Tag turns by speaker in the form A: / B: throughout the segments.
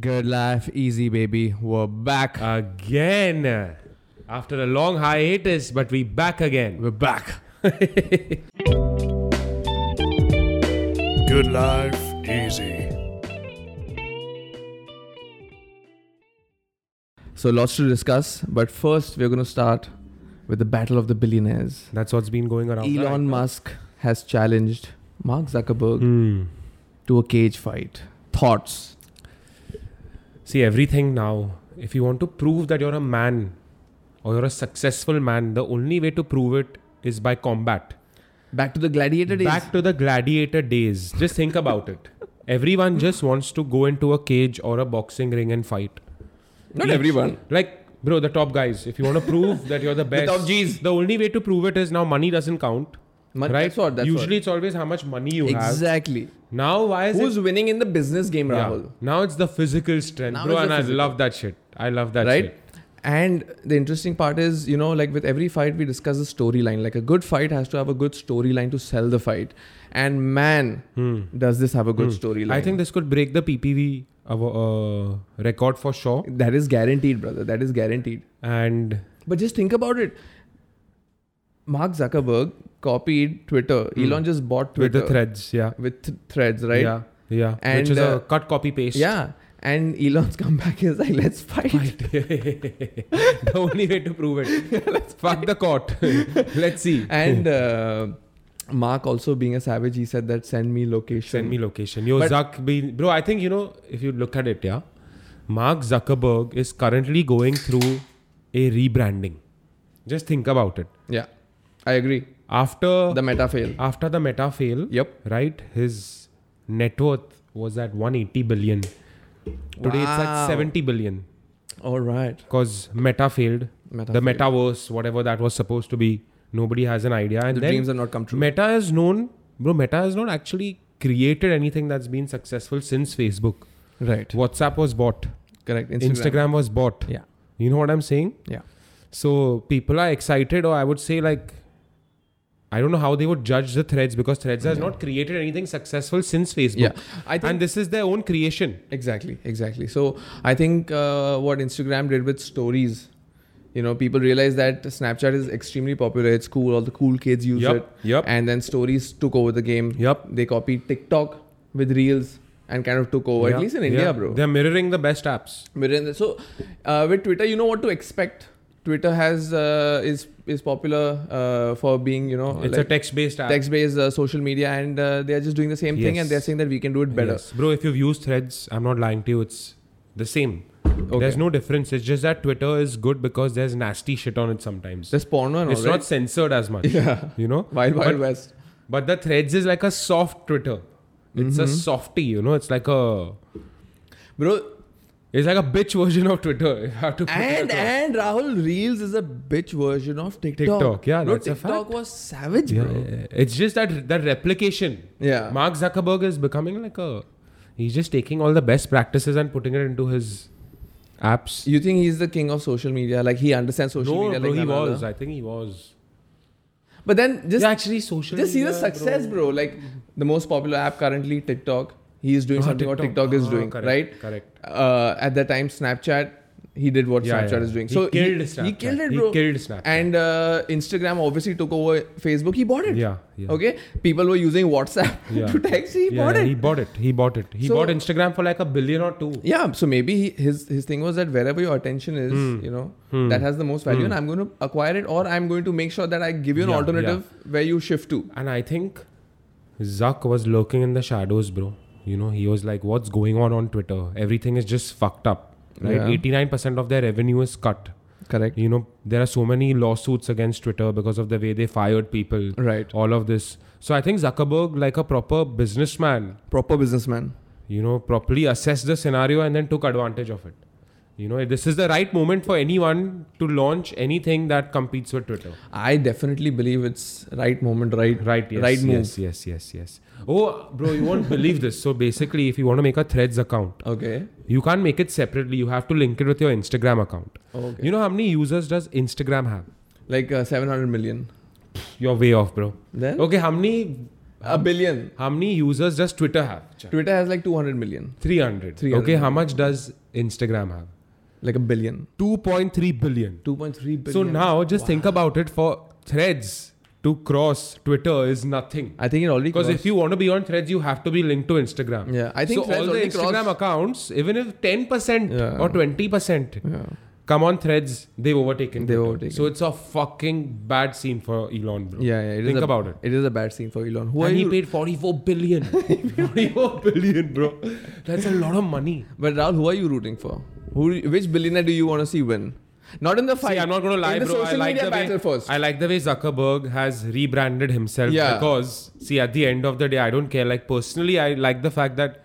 A: Good life, easy baby. We're back.
B: Again. After a long hiatus, but we back again.
A: We're back.
C: Good life, easy.
A: So lots to discuss, but first we're gonna start with the battle of the billionaires.
B: That's what's been going around.
A: Elon Musk has challenged Mark Zuckerberg
B: Hmm.
A: to a cage fight. Thoughts?
B: See everything now. If you want to prove that you're a man or you're a successful man, the only way to prove it is by combat.
A: Back to the gladiator days.
B: Back to the gladiator days. Just think about it. Everyone just wants to go into a cage or a boxing ring and fight.
A: Not everyone.
B: Like, bro, the top guys. If you want to prove that you're the best,
A: top Gs.
B: The only way to prove it is now money doesn't count.
A: Mon-
B: right?
A: that's what- that's what.
B: Usually, it's always how much money you have.
A: Exactly.
B: Now, why is
A: Who's
B: it?
A: winning in the business game,
B: Yeah.
A: Rahul?
B: Now it's the physical strength,
A: Now
B: bro,
A: it's
B: and
A: the
B: I
A: physical.
B: love that shit. I love that
A: right?
B: shit.
A: And the interesting part is, you know, like with every fight, we discuss the storyline. Like a good fight has to have a good storyline to sell the fight. And man, does this have a good storyline?
B: Hmm. I think this could break the PPV awa- uh, record for sure.
A: that is guaranteed, brother. That is guaranteed.
B: And
A: But just think about it. Mark Zuckerberg copied Twitter. Elon just bought
B: Hmm. with
A: Twitter,
B: the threads, yeah,
A: with th- threads, right?
B: yeah, yeah,
A: And,
B: which is
A: uh,
B: a cut, copy, paste.
A: Yeah. And Elon's comeback is like, let's fight.
B: the only way to prove it. Fuck the court. Let's see.
A: And uh, Mark also being a savage, he said that send me location.
B: Send me location. Yo,
A: But-
B: Zuck, be, bro. I think you know if you look at it, yeah. Mark Zuckerberg is currently going through a rebranding. Just think about it.
A: Yeah, I agree.
B: After
A: The meta fail.
B: after the Meta fail,
A: Yep.
B: right? His net worth was at 180 billion. Today it's
A: Wow.
B: at 70 billion
A: All right.
B: because Meta failed.
A: Meta
B: the
A: failed.
B: metaverse, whatever that was supposed to be, nobody has an idea. And
A: The
B: then
A: dreams have not come true.
B: Meta has known, bro. Meta has not actually created anything that's been successful since Facebook.
A: right.
B: WhatsApp was bought.
A: Correct.
B: Instagram, was bought.
A: Yeah.
B: You know what I'm saying?
A: Yeah.
B: So people are excited, or I would say like, I don't know how they would judge the Threads because Threads has not created anything successful since Facebook.
A: Yeah. I think
B: and this is their own creation.
A: exactly. Exactly. So I think uh, what Instagram did with stories, you know, people realize that Snapchat is extremely popular. It's cool. All the cool kids use
B: Yup,
A: it.
B: yup.
A: And then stories took over the game.
B: Yup.
A: They copied TikTok with reels and kind of took over.
B: Yeah.
A: Oh, At least in India,
B: Yeah.
A: bro.
B: They're mirroring the best apps.
A: Mirror- So uh, with Twitter, you know what to expect. Twitter has uh, is is popular uh, for being you know
B: Oh, It's a
A: like-
B: text-based app.
A: text-based uh, social media, and uh, they are just doing the same thing, and
B: Yes.
A: they're saying that we can do it better.
B: Yes. Bro, if you've used threads, I'm not lying to you, it's the same.
A: Okay.
B: There's no difference. It's just that Twitter is good because there's nasty shit on it sometimes.
A: There's porno and
B: it's
A: all,
B: not
A: right?
B: censored as much.
A: Yeah.
B: You know?
A: Wild Wild
B: but,
A: West.
B: but the threads is like a soft Twitter. It's
A: Mm-hmm.
B: a softy, you know, it's like a
A: Bro,
B: it's like a bitch version of Twitter. How to put
A: and
B: it across.
A: and Rahul Reels is a bitch version of TikTok.
B: TikTok, yeah,
A: bro,
B: that's a
A: TikTok
B: fact.
A: was savage,
B: yeah,
A: bro.
B: yeah, yeah. it's just that that replication.
A: Yeah.
B: Mark Zuckerberg is becoming like a he's just taking all the best practices and putting it into his apps.
A: You think he's the king of social media? Like he understands social
B: no,
A: media
B: bro,
A: like
B: he
A: none
B: was.
A: other.
B: I think he was.
A: But then just
B: yeah, actually, social.
A: just see
B: media,
A: the success, bro. Like the most popular app currently, TikTok. He is doing
B: Ah,
A: something what TikTok is
B: Ah,
A: doing,
B: correct,
A: right?
B: Correct.
A: Uh, at that time, Snapchat. He did what
B: Yeah,
A: Snapchat
B: yeah.
A: is doing.
B: He
A: so
B: killed
A: he, he
B: Snapchat.
A: killed it,
B: He
A: bro.
B: killed Snapchat.
A: And uh, Instagram obviously took over Facebook. He bought it.
B: Yeah. yeah.
A: Okay, people were using WhatsApp
B: Yeah.
A: to text. He
B: Yeah,
A: bought
B: yeah,
A: it.
B: He bought it. He bought it. He
A: So-
B: bought Instagram for like a billion or two.
A: yeah, so maybe he, his his thing was that wherever your attention is,
B: Hmm.
A: you know, that has the most value, and I'm going to acquire it, or I'm going to make sure that I give you an
B: Yeah,
A: alternative where you shift to.
B: And I think Zuck was lurking in the shadows, bro. You know, he was like, "What's going on on Twitter? Everything is just fucked up." Right.
A: Yeah.
B: Eighty-nine percent of their revenue is cut.
A: Correct.
B: You know, there are so many lawsuits against Twitter because of the way they fired people.
A: Right.
B: All of this. So I think Zuckerberg, like a proper businessman,
A: Proper businessman.
B: you know, properly assessed the scenario and then took advantage of it. You know, this is the right moment for anyone to launch anything that competes with Twitter.
A: I definitely believe it's right moment, right,
B: Right, yes.
A: right move.
B: Yes, yes, yes, yes. Oh, bro, you won't believe this. So basically, if you want to make a Threads account,
A: Okay.
B: you can't make it separately. You have to link it with your Instagram account.
A: Okay.
B: You know how many users does Instagram have?
A: like uh, 700 million.
B: You're way off, bro.
A: Then
B: Okay, how many
A: a billion.
B: How many users does Twitter have? Ch-
A: Twitter has like 200 million,
B: 300.
A: 300.
B: Okay, how much does Instagram have?
A: like a billion,
B: 2.3 billion.
A: 2.3 billion.
B: So now just think about it for threads to cross Twitter is nothing.
A: I think it already
B: Because if
A: crossed-
B: you want to be on threads, you have to be linked to Instagram.
A: yeah, I think
B: so
A: Threads
B: all the
A: already
B: Instagram
A: crossed-
B: accounts, even if 10%
A: Yeah.
B: or 20% come on threads, they've overtaken.
A: They've
B: Twitter.
A: overtaken.
B: So it's a fucking bad scene for Elon, bro.
A: yeah, yeah, it is
B: Think
A: a-
B: about it.
A: It is a bad scene for Elon. Who are
B: and he
A: you?
B: paid 44 billion. 44 billion, bro. That's a lot of money.
A: But Rahul, who are you rooting for? Who, which billionaire do you want to see win? Not in the fight.
B: See, I'm not going to lie,
A: in the
B: bro. I
A: social
B: like
A: media
B: the
A: battle
B: way,
A: first.
B: I like the way Zuckerberg has rebranded himself
A: Yeah.
B: because, see, at the end of the day, I don't care. Like personally, I like the fact that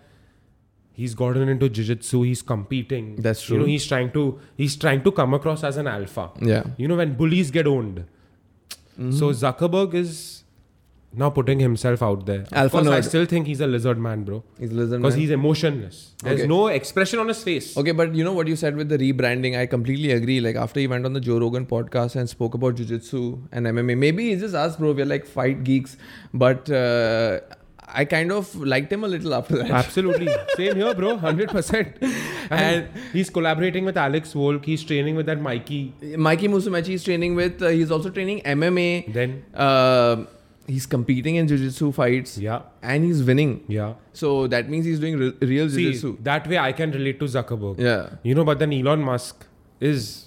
B: he's gotten into jiu-jitsu. He's competing.
A: That's
B: You know,
A: true.
B: he's trying to he's trying to come across as an alpha.
A: yeah, Mm-hmm.
B: You know, when bullies get owned. So Zuckerberg is now putting himself out there. of
A: Alpha
B: course, I
A: nerd.
B: still think he's a lizard man, bro,
A: he's lizard
B: because
A: man.
B: he's emotionless. There's
A: Okay.
B: no expression on his face.
A: Okay, but you know what you said with the rebranding, I completely agree. Like after he went on the Joe Rogan podcast and spoke about jujitsu and MMA, maybe it's just us, bro. We're like fight geeks, but uh, I kind of liked him a little after that.
B: Absolutely. Same here, bro. 100%. And, he's collaborating with Alex Wolk. He's training with that Mikey.
A: Mikey Musumeci is training with. Uh, he's also training MMA.
B: Then,
A: Uh, he's competing in jujitsu fights
B: yeah.
A: and he's winning.
B: Yeah.
A: So that means he's doing re- real
B: See,
A: jujitsu.
B: that way I can relate to Zuckerberg.
A: Yeah,
B: You know, but then Elon Musk is.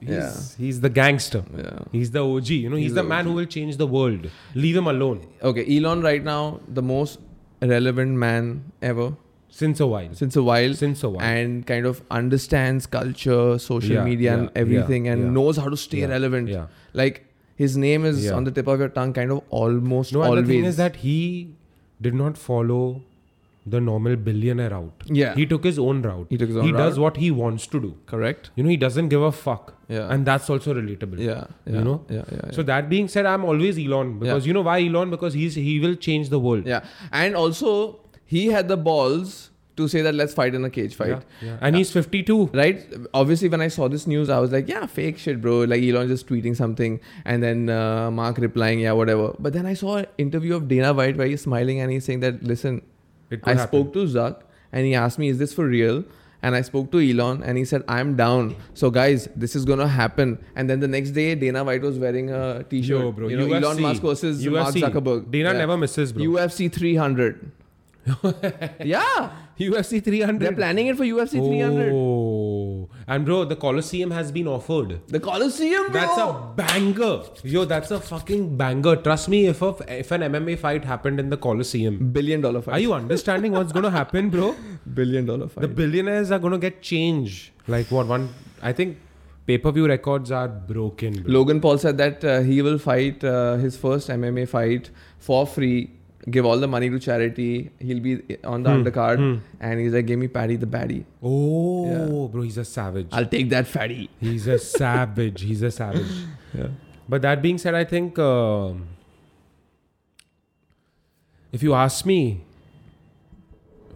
B: He's, he's the gangster.
A: yeah.
B: He's the OG. You know, he's,
A: He's
B: the,
A: the
B: man who will change the world. Leave him alone.
A: Okay, Elon right now the most relevant man ever
B: Since a while.
A: since a while.
B: Since a while.
A: and kind of understands culture, social
B: Yeah,
A: media, and
B: yeah,
A: everything,
B: yeah,
A: and
B: yeah.
A: knows how to stay
B: Yeah,
A: relevant.
B: yeah.
A: Like his name is
B: Yeah.
A: on the tip of your tongue, kind of almost
B: No, and
A: always.
B: the thing is that he did not follow the normal billionaire route.
A: Yeah.
B: He took his own route.
A: He took his own
B: He does
A: route.
B: what he wants to do.
A: correct?
B: You know, he doesn't give a fuck.
A: Yeah.
B: And that's also relatable.
A: Yeah, yeah,
B: You know?
A: yeah, yeah, yeah.
B: So that being said, I'm always Elon because you know why Elon? Because he's he will change the world.
A: yeah, and also he had the balls to say that let's fight in a cage fight.
B: Yeah, yeah. And he's 52.
A: Right. Obviously, when I saw this news, I was like, "Yeah, fake shit, bro." Like Elon just tweeting something, and then uh, Mark replying, "Yeah, whatever." But then I saw an interview of Dana White where he's smiling and he's saying that, "Listen,
B: It could
A: I
B: happen.
A: spoke to Zuck and he asked me, Is this for real? And I spoke to Elon and he said, I'm down. So, guys, this is going to happen. And then the next day, Dana White was wearing a t shirt.
B: Yo, bro.
A: You know,
B: UFC.
A: Elon Musk versus Mark
B: UFC.
A: Zuckerberg.
B: Dana
A: Yeah.
B: never misses, bro.
A: UFC 300. yeah.
B: UFC 300.
A: They're planning it for UFC 300.
B: Oh. And bro, the Colosseum has been offered.
A: The Coliseum, bro.
B: Oh. That's a banger. Yo, that's a fucking banger. Trust me, if a, if an MMA fight happened in the Colosseum,
A: billion dollar
B: are
A: fight.
B: you understanding what's going to happen, bro?
A: Billion dollar fight.
B: The billionaires are going to get change. Like what one I think pay-per-view records are broken. Bro.
A: Logan Paul said that uh, he will fight uh, his first MMA fight for free, give all the money to charity. He'll be on
B: Hmm.
A: the undercard, and he's like, "Give me Paddy the Baddy.
B: Oh, bro, he's a savage.
A: I'll take that fatty."
B: He's a savage. He's a savage.
A: Yeah.
B: But that being said, I think um, if you ask me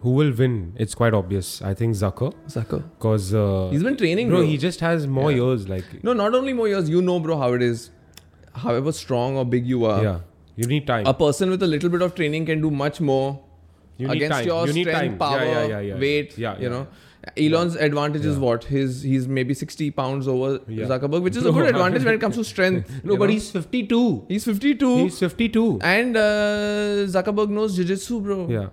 B: who will win, it's quite obvious. I think Zucker
A: Sucker.
B: because uh,
A: He's been training,
B: bro,
A: bro.
B: he just has more
A: Yeah.
B: years. Like,
A: no, not only more years. You know, bro, how it is. However strong or big you are,
B: yeah, you need time.
A: a person with a little bit of training can do much more
B: you need
A: against
B: time.
A: your
B: you need
A: strength,
B: time.
A: power,
B: yeah, yeah, yeah, yeah.
A: weight.
B: Yeah,
A: you
B: yeah.
A: know. Elon's advantage is
B: Yeah.
A: what his he's maybe 60 pounds over
B: Yeah.
A: Zuckerberg, which is a
B: Bro,
A: good advantage when it comes to strength.
B: No,
A: you
B: but
A: know?
B: he's 52.
A: He's 52.
B: He's 52.
A: and uh, Zuckerberg knows jiu-jitsu, bro.
B: Yeah.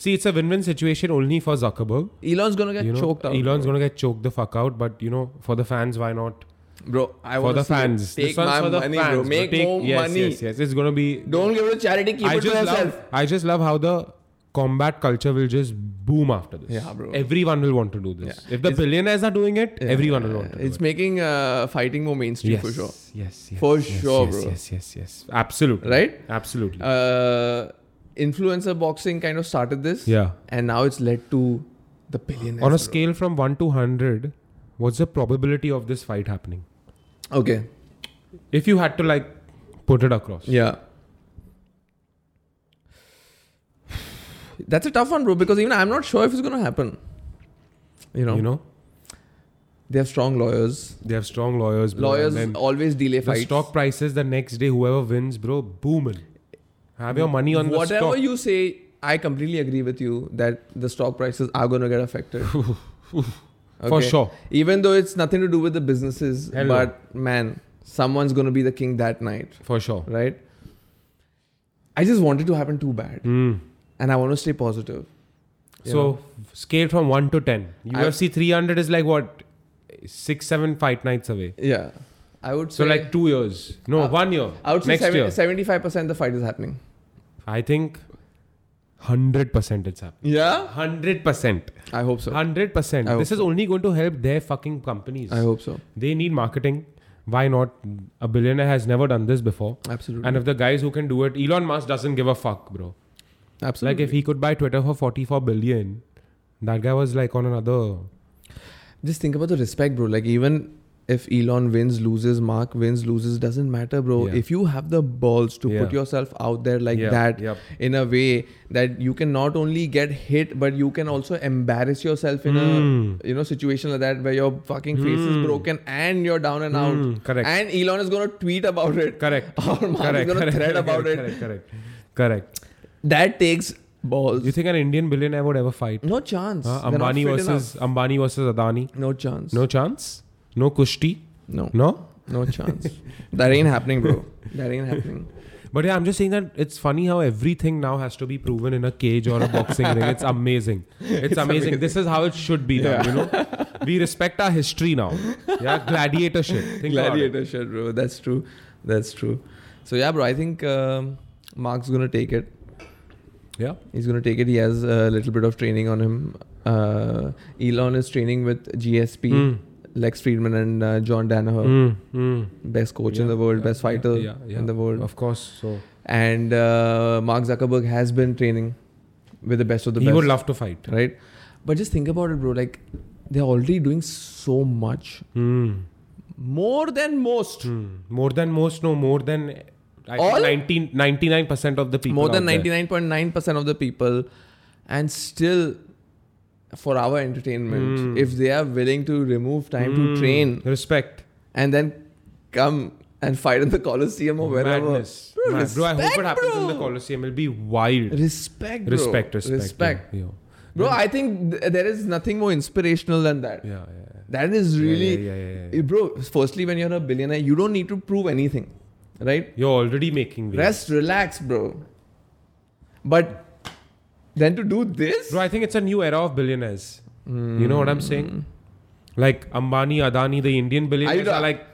B: See, it's a win-win situation only for Zuckerberg.
A: Elon's gonna get
B: you know,
A: choked out.
B: Elon's gonna get choked the fuck out, but you know, for the fans, why not?
A: bro, I
B: for
A: wanna
B: the
A: see it.
B: fans,
A: Take
B: this one's
A: my
B: for the
A: money,
B: fans.
A: bro. Make
B: take,
A: more
B: yes,
A: money.
B: Yes, yes, it's gonna be.
A: Don't give it to charity. Keep
B: I
A: it to
B: just
A: yourself.
B: love. I just love how the combat culture will just boom after this.
A: Yeah, bro.
B: Everyone will want to do this.
A: Yeah.
B: If the
A: It's-
B: billionaires are doing it,
A: Yeah,
B: everyone
A: yeah,
B: will want to.
A: yeah.
B: do
A: It's
B: it.
A: making uh, fighting more mainstream
B: yes,
A: for sure.
B: Yes, yes,
A: For
B: yes,
A: sure,
B: yes,
A: bro.
B: Yes, yes, yes. Absolutely.
A: Right?
B: Absolutely.
A: Uh, influencer boxing kind of started this,
B: yeah.
A: and now it's led to the billionaires.
B: On
A: bro.
B: a scale from one to hundred, what's the probability of this fight happening?
A: Okay.
B: If you had to like put it across.
A: Yeah. That's a tough one, bro. Because even I'm not sure if it's gonna happen. You know,
B: You know,
A: they have strong lawyers.
B: they have strong lawyers. Bro, and
A: Lawyers
B: then-
A: always delay
B: The
A: fights.
B: stock prices the next day, whoever wins, bro, booming. Have your money on the
A: Whatever
B: stock.
A: you say, I completely agree with you that the stock prices are going to get affected.
B: For sure.
A: Even though it's nothing to do with the businesses,
B: Hell no.
A: but man, someone's going to be the king that night,
B: For sure.
A: right? I just want it to happen too bad. And I want to stay positive. you
B: Hmm. So scale from one to ten. UFC 300 is like what six, seven fight nights away.
A: Yeah. I would say.
B: So like two years. No,
A: Uh,
B: one year.
A: I would say
B: Next year.
A: 70, 75% the fight is happening.
B: I think hundred percent it's happening.
A: Yeah?
B: Hundred percent.
A: I hope so.
B: Hundred percent.
A: I hope
B: This is only going to help their fucking companies.
A: I hope so.
B: They need marketing. Why not? A billionaire has never done this before.
A: Absolutely.
B: And if the guys who can do it, Elon Musk doesn't give a fuck, bro.
A: Absolutely.
B: Like if he could buy Twitter for 44 billion, that guy was like on another.
A: Just think about the respect, bro. Like even if Elon wins, loses, Mark wins, loses, doesn't matter, bro.
B: Yeah.
A: If you have the balls to put
B: Yeah.
A: yourself out there like
B: Yeah,
A: that
B: yep.
A: in a way that you can not only get hit, but you can also embarrass yourself in
B: Mm.
A: a you know situation like that where your fucking face is
B: Mm.
A: broken and you're down and
B: Mm,
A: out.
B: correct.
A: And Elon is gonna tweet about it.
B: Correct.
A: Or Mark is
B: correct.
A: gonna
B: correct,
A: thread
B: correct,
A: about it.
B: correct, Correct. Correct.
A: That takes balls.
B: Do you think an Indian billionaire would ever fight?
A: no chance.
B: Huh?
A: Mm. They're not
B: Ambani
A: fit
B: versus Ambani versus Adani.
A: enough. No chance.
B: No chance. No kushti.
A: No.
B: No.
A: No chance. that ain't happening, bro. That ain't happening.
B: But yeah, I'm just saying that it's funny how everything now has to be proven in a cage or a boxing ring. It's amazing. It's, amazing. This is how it should be now. You know, we respect our history now. Yeah, gladiator shit. Think about it.
A: Gladiator shit, bro. That's true. That's true. So yeah, bro. I think um, Mark's gonna take it.
B: Yeah.
A: He's gonna take it. He has a little bit of training on him. Uh, Elon is training with GSP,
B: Mm.
A: Lex Friedman, and uh, John Danaher.
B: Mm, mm.
A: Best coach in
B: Yeah,
A: the world,
B: yeah,
A: best fighter
B: yeah, yeah,
A: in the world.
B: Of course. So
A: And uh, Mark Zuckerberg has been training with the best of the
B: he
A: best.
B: would love to fight.
A: right? But just think about it, bro. Like they're already doing so much
B: Mm.
A: more than most.
B: Mm. More than most, no, more than I
A: All?
B: think 19, 99% of the people.
A: more than
B: out there.
A: 99.9% of the people and still for our entertainment
B: Mm.
A: if they are willing to remove time
B: Mm.
A: to train
B: Respect.
A: and then come and fight in the coliseum or wherever
B: Madness.
A: Bro,
B: Mad- bro, I hope it
A: respect,
B: happens in
A: bro.
B: the Colosseum. It'll be wild.
A: respect bro.
B: Respect, respect.
A: respect
B: Yeah. yeah.
A: bro i think th- there is nothing more inspirational than that
B: Yeah, yeah, yeah.
A: that is
B: Yeah,
A: really Eh,
B: yeah, yeah, yeah, yeah.
A: bro firstly when you're a billionaire you don't need to prove anything right
B: You're already making waves.
A: rest relax bro but then to do this
B: Bro, I think it's a new era of billionaires. You know what I'm
A: Mm.
B: saying? Like Ambani, Adani, the Indian billionaires
A: ta-
B: are like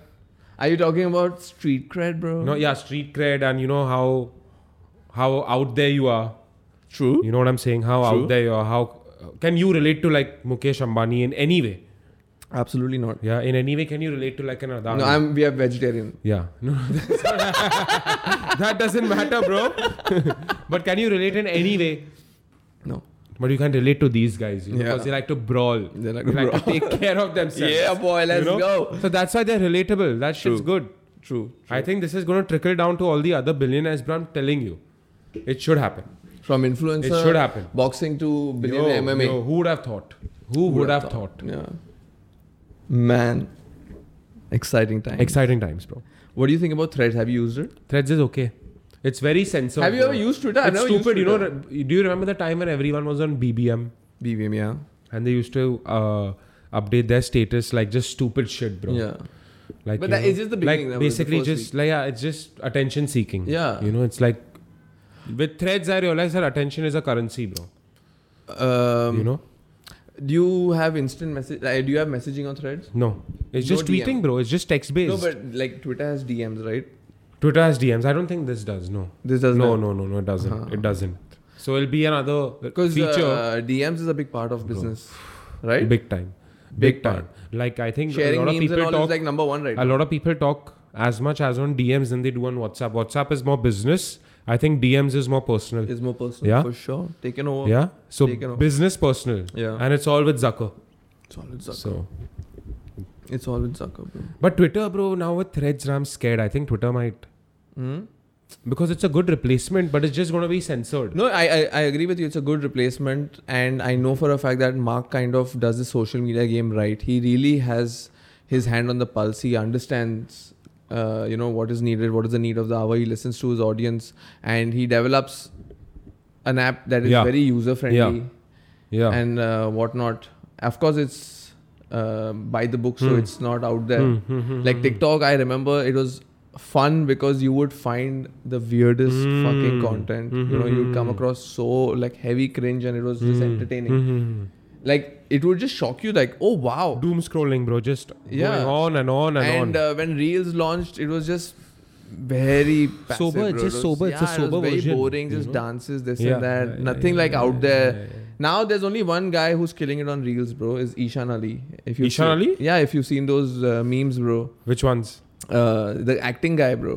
A: Are you talking about street cred, bro?
B: no, yeah, street cred, and you know how how out there you are.
A: True.
B: You know what I'm saying? How
A: True.
B: out there you are. How can you relate to like Mukesh Ambani in any way?
A: Absolutely not.
B: Yeah, in any way can you relate to like an Adani?
A: No, I'm. We are vegetarian.
B: Yeah, no, that's not- that doesn't matter, bro. but can you relate in any way?
A: No.
B: But you can relate to these guys, you know,
A: Yeah.
B: because they like to brawl.
A: They like to
B: to take care of themselves.
A: Yeah, boy,
B: you
A: let's
B: know?
A: go.
B: So that's why they're relatable. That shit's
A: True.
B: good.
A: True.
B: I think this is going to trickle down to all the other billionaires, bro. I'm telling you, it should happen.
A: From influencer.
B: It should happen.
A: Boxing to billionaire
B: Yo,
A: MMA.
B: yo, who would have thought? Who would have thought?
A: Yeah. Man, exciting time.
B: Exciting times, bro.
A: what do you think about Threads? Have you used it?
B: Threads is okay. It's very censored.
A: have you
B: bro.
A: ever used Twitter? I've
B: it's
A: never
B: stupid. You
A: used
B: know,
A: Twitter.
B: re- do you remember the time when everyone was on BBM
A: BBM, yeah.
B: and they used to uh, update their status like just stupid shit, bro?
A: Yeah.
B: Like,
A: But
B: you
A: that
B: know,
A: is just the
B: like
A: beginning, that was the
B: basically
A: first
B: just like yeah, it's just attention seeking.
A: Yeah.
B: you know, it's like with threads, I realized that attention is a currency, bro.
A: Um,
B: you know,
A: Do you have instant message? uh, do you have messaging on Threads?
B: no, it's
A: No
B: just
A: DM.
B: tweeting, bro. It's just text based.
A: No, but like Twitter has DMs, right?
B: Twitter has DMs. I don't think this does. No,
A: This does
B: no,
A: not.
B: no, no, no. It doesn't.
A: Uh-huh.
B: It doesn't. So it'll be another
A: Because
B: feature.
A: uh, DMs is a big part of business, right?
B: Big time. Big,
A: Big
B: time. Like I think
A: Sharing
B: a lot of
A: memes and
B: people
A: all
B: talk
A: is like number one right
B: a lot of people talk as much as on DMs than they do on WhatsApp. WhatsApp is more business. I think DMs is more personal.
A: is more personal
B: Yeah.
A: for sure. Taken over.
B: yeah. So
A: taken off.
B: business personal.
A: Yeah.
B: And it's all with Zucker.
A: It's all with Zucker.
B: So
A: It's all with Zucker. Bro.
B: but Twitter bro, now with threads I'm scared. I think Twitter might
A: Hmm?
B: because it's a good replacement, but it's just gonna be censored.
A: No, I, I I agree with you. It's a good replacement, and I know for a fact that Mark kind of does the social media game right. He really has his hand on the pulse. He understands uh, you know what is needed, what is the need of the hour. He listens to his audience, and he develops an app that is
B: Yeah.
A: very user friendly
B: yeah
A: and uh, whatnot. Of course, it's uh, by the book, so
B: Hmm.
A: it's not out there.
B: Hmm, hmm, hmm,
A: uh, Like
B: hmm.
A: TikTok, I remember it was fun because you would find the weirdest fucking
B: Mm.
A: content. You know, you'd come
B: Mhm.
A: across so like heavy cringe, and it was just
B: Hmm.
A: entertaining.
B: Mhm.
A: Like it would just shock you, like oh wow.
B: doom scrolling bro just
A: Yeah.
B: going on and on and,
A: And
B: on
A: uh, when Reels launched, it was just very passive,
B: Sober,
A: bro. It
B: just
A: was-
B: sober. It's a
A: yeah, it was
B: sober
A: very
B: version,
A: boring,
B: you
A: just
B: know?
A: dances, this
B: Yeah.
A: and that.
B: Yeah, yeah,
A: Nothing
B: yeah,
A: like
B: yeah,
A: out
B: yeah,
A: there.
B: yeah, yeah.
A: Now there's only one guy who's killing it on Reels, bro. Is Ishan Ali? If you
B: Ishan Ali?
A: Yeah, if you've seen those uh, memes, bro.
B: which ones
A: Uh, the acting guy, bro.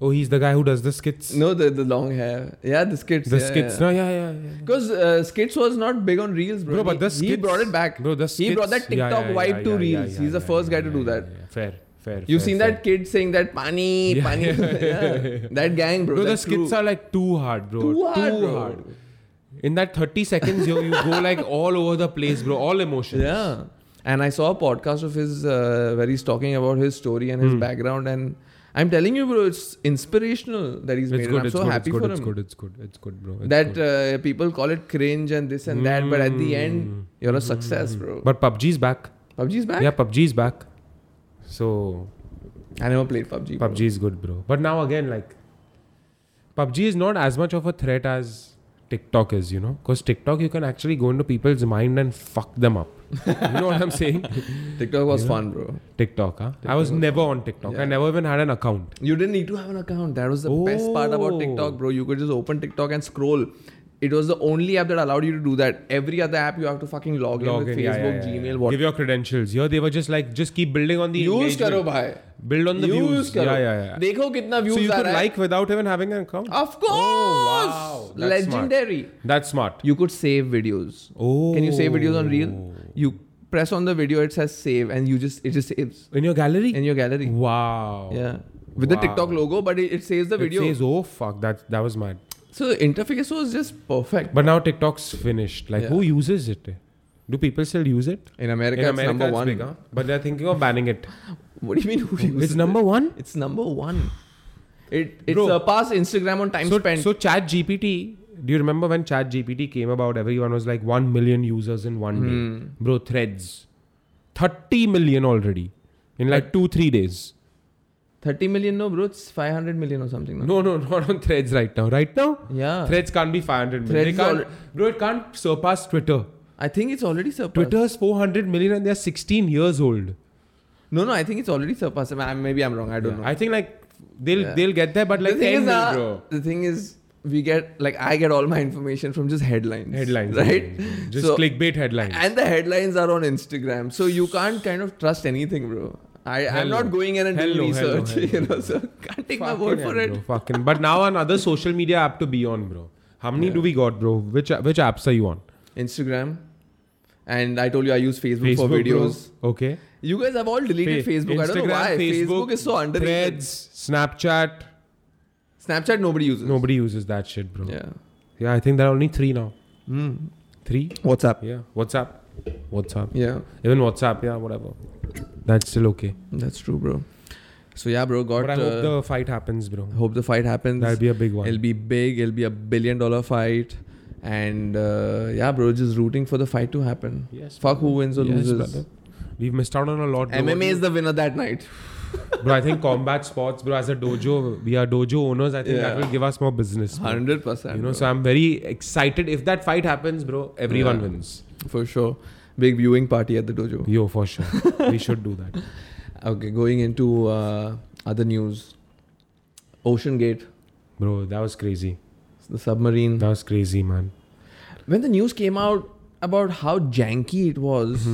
B: oh he's the guy who does the skits
A: No, the the long hair. Yeah, the skits.
B: the
A: yeah,
B: skits
A: Yeah.
B: no yeah yeah, yeah.
A: Because uh, skits was not big on Reels, bro.
B: Bro, but
A: He-
B: the
A: he
B: skits-
A: brought it back.
B: Bro, the
A: He brought
B: skits-
A: that
B: yeah,
A: TikTok
B: yeah,
A: vibe
B: yeah,
A: to
B: yeah, yeah,
A: Reels.
B: yeah,
A: He's the
B: yeah,
A: first
B: yeah,
A: guy to
B: yeah,
A: do
B: yeah,
A: that.
B: yeah. Fair, fair.
A: You've
B: fair,
A: seen
B: fair.
A: that kid saying that pani,
B: Yeah,
A: pani.
B: yeah,
A: Yeah. That gang, bro.
B: Bro, the
A: that
B: skits
A: crew.
B: are like too hard, bro.
A: Too hard, bro.
B: In that 30 seconds, you, you go like all over the place, bro. All emotions.
A: Yeah. And I saw a podcast of his uh, where he's talking about his story and his
B: Hmm.
A: background. And I'm telling you, bro, it's inspirational that he's
B: It's
A: made it.
B: good.
A: I'm
B: It's
A: so
B: good. It's
A: happy
B: good.
A: for
B: It's
A: him.
B: good. It's good. It's good, bro. It's
A: that
B: good. Hmm.
A: uh, people call it cringe and this and that, but at the end, you're a success, bro.
B: But PUBG's back.
A: PUBG's back?
B: Yeah, PUBG's back. So
A: I never played PUBG. bro.
B: PUBG is good, bro. But now again, like PUBG is not as much of a threat as TikTok is, you know, because TikTok you can actually go into people's mind and fuck them up. you know what I'm saying?
A: TikTok was fun, bro.
B: TikTok, huh? I was never on TikTok. I
A: Yeah.
B: never even had an account.
A: You didn't need to have an account. That was the best part about
B: Oh.
A: TikTok, bro. You could just open TikTok and scroll. It was the only app that allowed you to do that. Every other app, you have to fucking log, in with
B: Login, yeah,
A: Facebook,
B: yeah, yeah, yeah.
A: Gmail, what.
B: Give your credentials. Here they were just like, just keep building on the
A: Use
B: engagement.
A: करो भाई.
B: Build on the
A: Use
B: views.
A: करो.
B: Yeah, yeah, yeah.
A: देखो कितना views
B: so you
A: uh
B: could
A: रहा है.
B: like without even having an account.
A: Of course.
B: Oh, wow. That's smart.
A: Legendary.
B: That's smart.
A: You could save videos.
B: Oh.
A: Can you save videos on Reel? You press on the video, it says save, and you just it just saves
B: in your gallery?
A: in your gallery.
B: wow.
A: Yeah. With the
B: Wow.
A: TikTok logo, but it, it saves the video.
B: It says, oh fuck, that that was mad.
A: so the interface was just perfect.
B: But now TikTok's finished. Like,
A: Yeah.
B: who uses it? Do people still use it?
A: in America,
B: in
A: it's
B: America,
A: number
B: it's
A: one.
B: big, huh? But they're thinking of banning it.
A: What do you mean? Who uses
B: it's
A: it?
B: number one.
A: It's number one. It it
B: Bro.
A: surpassed Instagram on time
B: so,
A: spent.
B: So chat GPT, do you remember when chat GPT came about? Everyone was like 1 million users in one
A: Hmm.
B: day. Bro, threads. 30 million already. In like two, three days.
A: Thirty million, no, bro. It's five hundred million or something. now.
B: No, no, not on threads right now. Right now?
A: Yeah.
B: Threads can't be 500 million.
A: Threads
B: They can't-
A: alre-
B: bro, it can't surpass Twitter.
A: I think it's already surpassed.
B: Twitter's 400 million and they're 16 years old.
A: No, no. I think it's already surpassed. I mean, I- maybe I'm wrong. I don't know.
B: I think like they'll
A: Yeah.
B: they'll get there, but like
A: the thing
B: 10
A: is,
B: will,
A: uh,
B: bro.
A: the thing is, we get like I get all my information from just headlines.
B: Headlines.
A: right?
B: Just
A: So-
B: clickbait headlines.
A: And the headlines are on Instagram, so you can't kind of trust anything, bro. I, I'm
B: Hell no.
A: not going in and
B: Hell
A: doing
B: no, hell no,
A: research,
B: hell
A: you
B: no.
A: know. So can't take my
B: Fucking
A: word for
B: hell,
A: it.
B: Bro, fucking. But now another social media app to be on, bro. How many do we got, bro? Which which apps are you on?
A: Instagram, and I told you I use Facebook, for
B: bro.
A: videos.
B: Okay.
A: You guys have all deleted
B: Fa-
A: Facebook. I don't know why. Facebook, is so underrated.
B: Threads, Snapchat.
A: Snapchat nobody uses.
B: Nobody uses that shit, bro. Yeah.
A: Yeah.
B: I think there are only three now. Three.
A: WhatsApp.
B: Yeah. WhatsApp. WhatsApp.
A: Yeah,
B: Even WhatsApp. Yeah. Whatever. That's still okay.
A: that's true, bro. So yeah, bro. Got.
B: But I
A: uh,
B: hope the fight happens, bro.
A: hope the fight happens.
B: That'll be a big one.
A: It'll be big. It'll be a billion dollar fight. And uh, yeah, bro, just rooting for the fight to happen.
B: Yes,
A: Fuck who wins or
B: Yes,
A: loses.
B: brother. We've missed out on a lot. bro.
A: MMA is the winner that night.
B: bro. I think combat sports, bro. As a dojo, we are dojo owners. I think that
A: Yeah.
B: will give us more business. bro.
A: Hundred percent.
B: you know, so I'm very excited. If that fight happens, bro, everyone
A: Yeah.
B: wins.
A: for sure. Big viewing party at the dojo.
B: Yo, for sure. we should do that.
A: Okay, going into uh, other news. Ocean Gate,
B: Bro, that was crazy.
A: the submarine.
B: That was crazy, man.
A: When the news came out about how janky it was,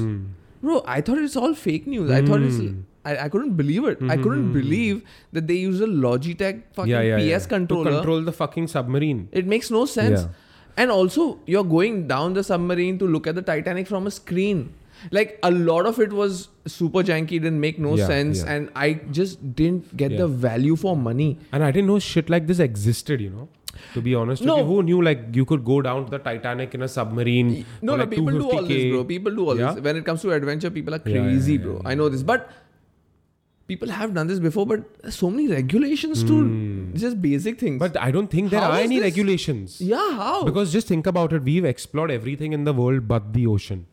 A: bro, I thought it's all fake news. I thought it's.
B: Hmm.
A: I, I couldn't believe it. I couldn't believe that they use a Logitech fucking
B: yeah, yeah,
A: PS
B: yeah.
A: controller.
B: To control the fucking submarine.
A: It makes no sense.
B: Yeah.
A: And also, you're going down the submarine to look at the Titanic from a screen. Like a lot of it was super janky, didn't make no
B: Yeah,
A: sense,
B: yeah.
A: and I just didn't get
B: Yeah.
A: the value for money.
B: And I didn't know shit like this existed, you know. To be honest,
A: No.
B: with you, who knew like you could go down to the Titanic in a submarine?
A: No,
B: for,
A: no,
B: like,
A: people do all this,
B: 250K?
A: bro. People do all
B: Yeah?
A: this. When it comes to adventure, people are
B: Yeah, yeah,
A: crazy,
B: yeah,
A: bro.
B: yeah,
A: I know this, but people have done this before, but there's so many regulations to just basic things.
B: Hmm. But I don't think there
A: How
B: are
A: is
B: any
A: this-
B: regulations.
A: yeah, how?
B: Because just think about it, we've explored everything in the world but the ocean.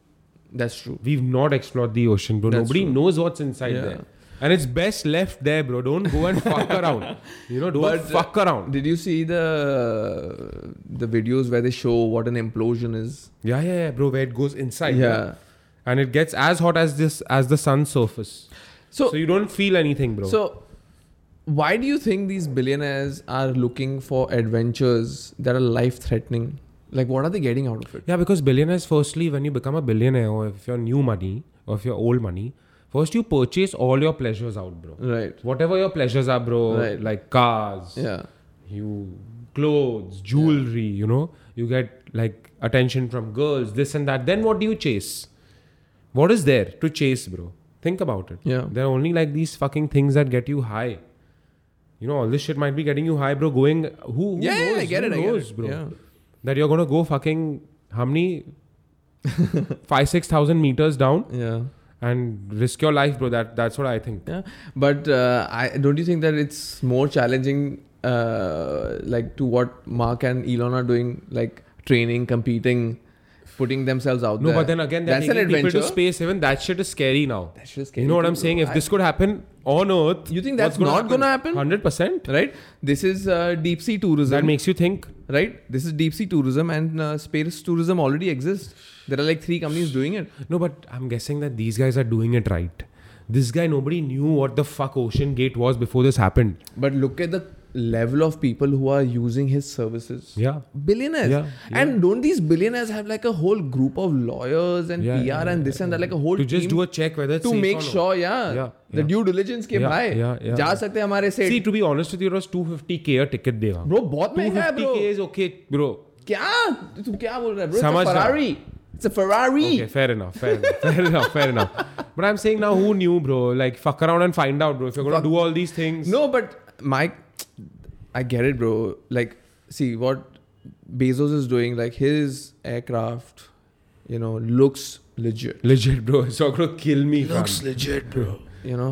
A: that's true.
B: We've not explored the ocean, bro.
A: That's
B: Nobody
A: true.
B: knows what's inside
A: Yeah.
B: there. And it's best left there, bro. Don't go and fuck around. You know, don't
A: But, uh,
B: fuck around.
A: Did you see the the videos where they show what an implosion is?
B: Yeah, yeah, yeah, bro. Where it goes inside.
A: Yeah.
B: And it gets as hot as this as the sun's surface.
A: So
B: So you don't feel anything, bro.
A: So, why do you think these billionaires are looking for adventures that are life threatening? Like, what are they getting out of it?
B: Yeah, because billionaires, firstly, when you become a billionaire, or if you're new money, or if you're old money, first you purchase all your pleasures out, bro.
A: Right.
B: Whatever your pleasures are, bro,
A: Right.
B: like cars,
A: Yeah.
B: you clothes, jewelry, you know, you get like attention from girls, this and that. Then what do you chase? What is there to chase, bro? Think about it.
A: Yeah.
B: There are only like these fucking things that get you high. You know, all this shit might be getting you high, bro. Going who? who
A: Yeah, yeah,
B: knows?
A: I get
B: Who
A: it. I get
B: knows,
A: it.
B: bro
A: Yeah.
B: that you're gonna go fucking how many five six thousand meters down
A: Yeah.
B: and risk your life, bro. That that's what I think.
A: Yeah. But uh, I don't you think that it's more challenging, uh, like to what Mark and Elon are doing, like training, competing, putting themselves out
B: No,
A: there.
B: but then again, they're
A: that's an
B: taking people
A: adventure.
B: to space. Even that shit is scary now.
A: That shit is
B: you know what
A: scary
B: I'm
A: too,
B: saying?
A: bro.
B: If this could happen on Earth,
A: You think that's not gonna happen?
B: Hundred percent.
A: right? This is uh, deep sea tourism.
B: That makes you think.
A: right? This is deep sea tourism and uh, space tourism already exists. There are like three companies doing it.
B: No, but I'm guessing that these guys are doing it right. This guy, nobody knew what the fuck Ocean Gate was before this happened.
A: But look at the level of people who are using his services.
B: Yeah.
A: Billionaires.
B: Yeah,
A: And don't these billionaires have like a whole group of lawyers and
B: Yeah,
A: PR
B: yeah,
A: and this and that, like a whole
B: To just
A: team
B: do a check whether it's
A: to
B: safe
A: make
B: or not.
A: sure, yeah,
B: Yeah,
A: the
B: yeah.
A: due diligence के
B: Yeah,
A: भाई
B: yeah, yeah,
A: जा
B: yeah.
A: सकते हैं हमारे से
B: See, to be honest with you, it was 250k a ticket देगा.
A: bro बहुत महंगा है bro
B: 250k is okay, bro.
A: क्या तू क्या बोल रहा है bro
B: समझ
A: it's a
B: रहा हूँ।
A: Ferrari it's a Ferrari
B: Okay, fair enough, fair enough, fair enough, fair enough. But I'm saying now, who knew, bro? Like, fuck around and find out, bro. If you're gonna do all these things,
A: No, but Mike, I get it, bro. Like, see what Bezos is doing. Like his aircraft, you know, looks legit.
B: legit, bro. It's not gonna kill me. fam.
A: legit, bro. You know,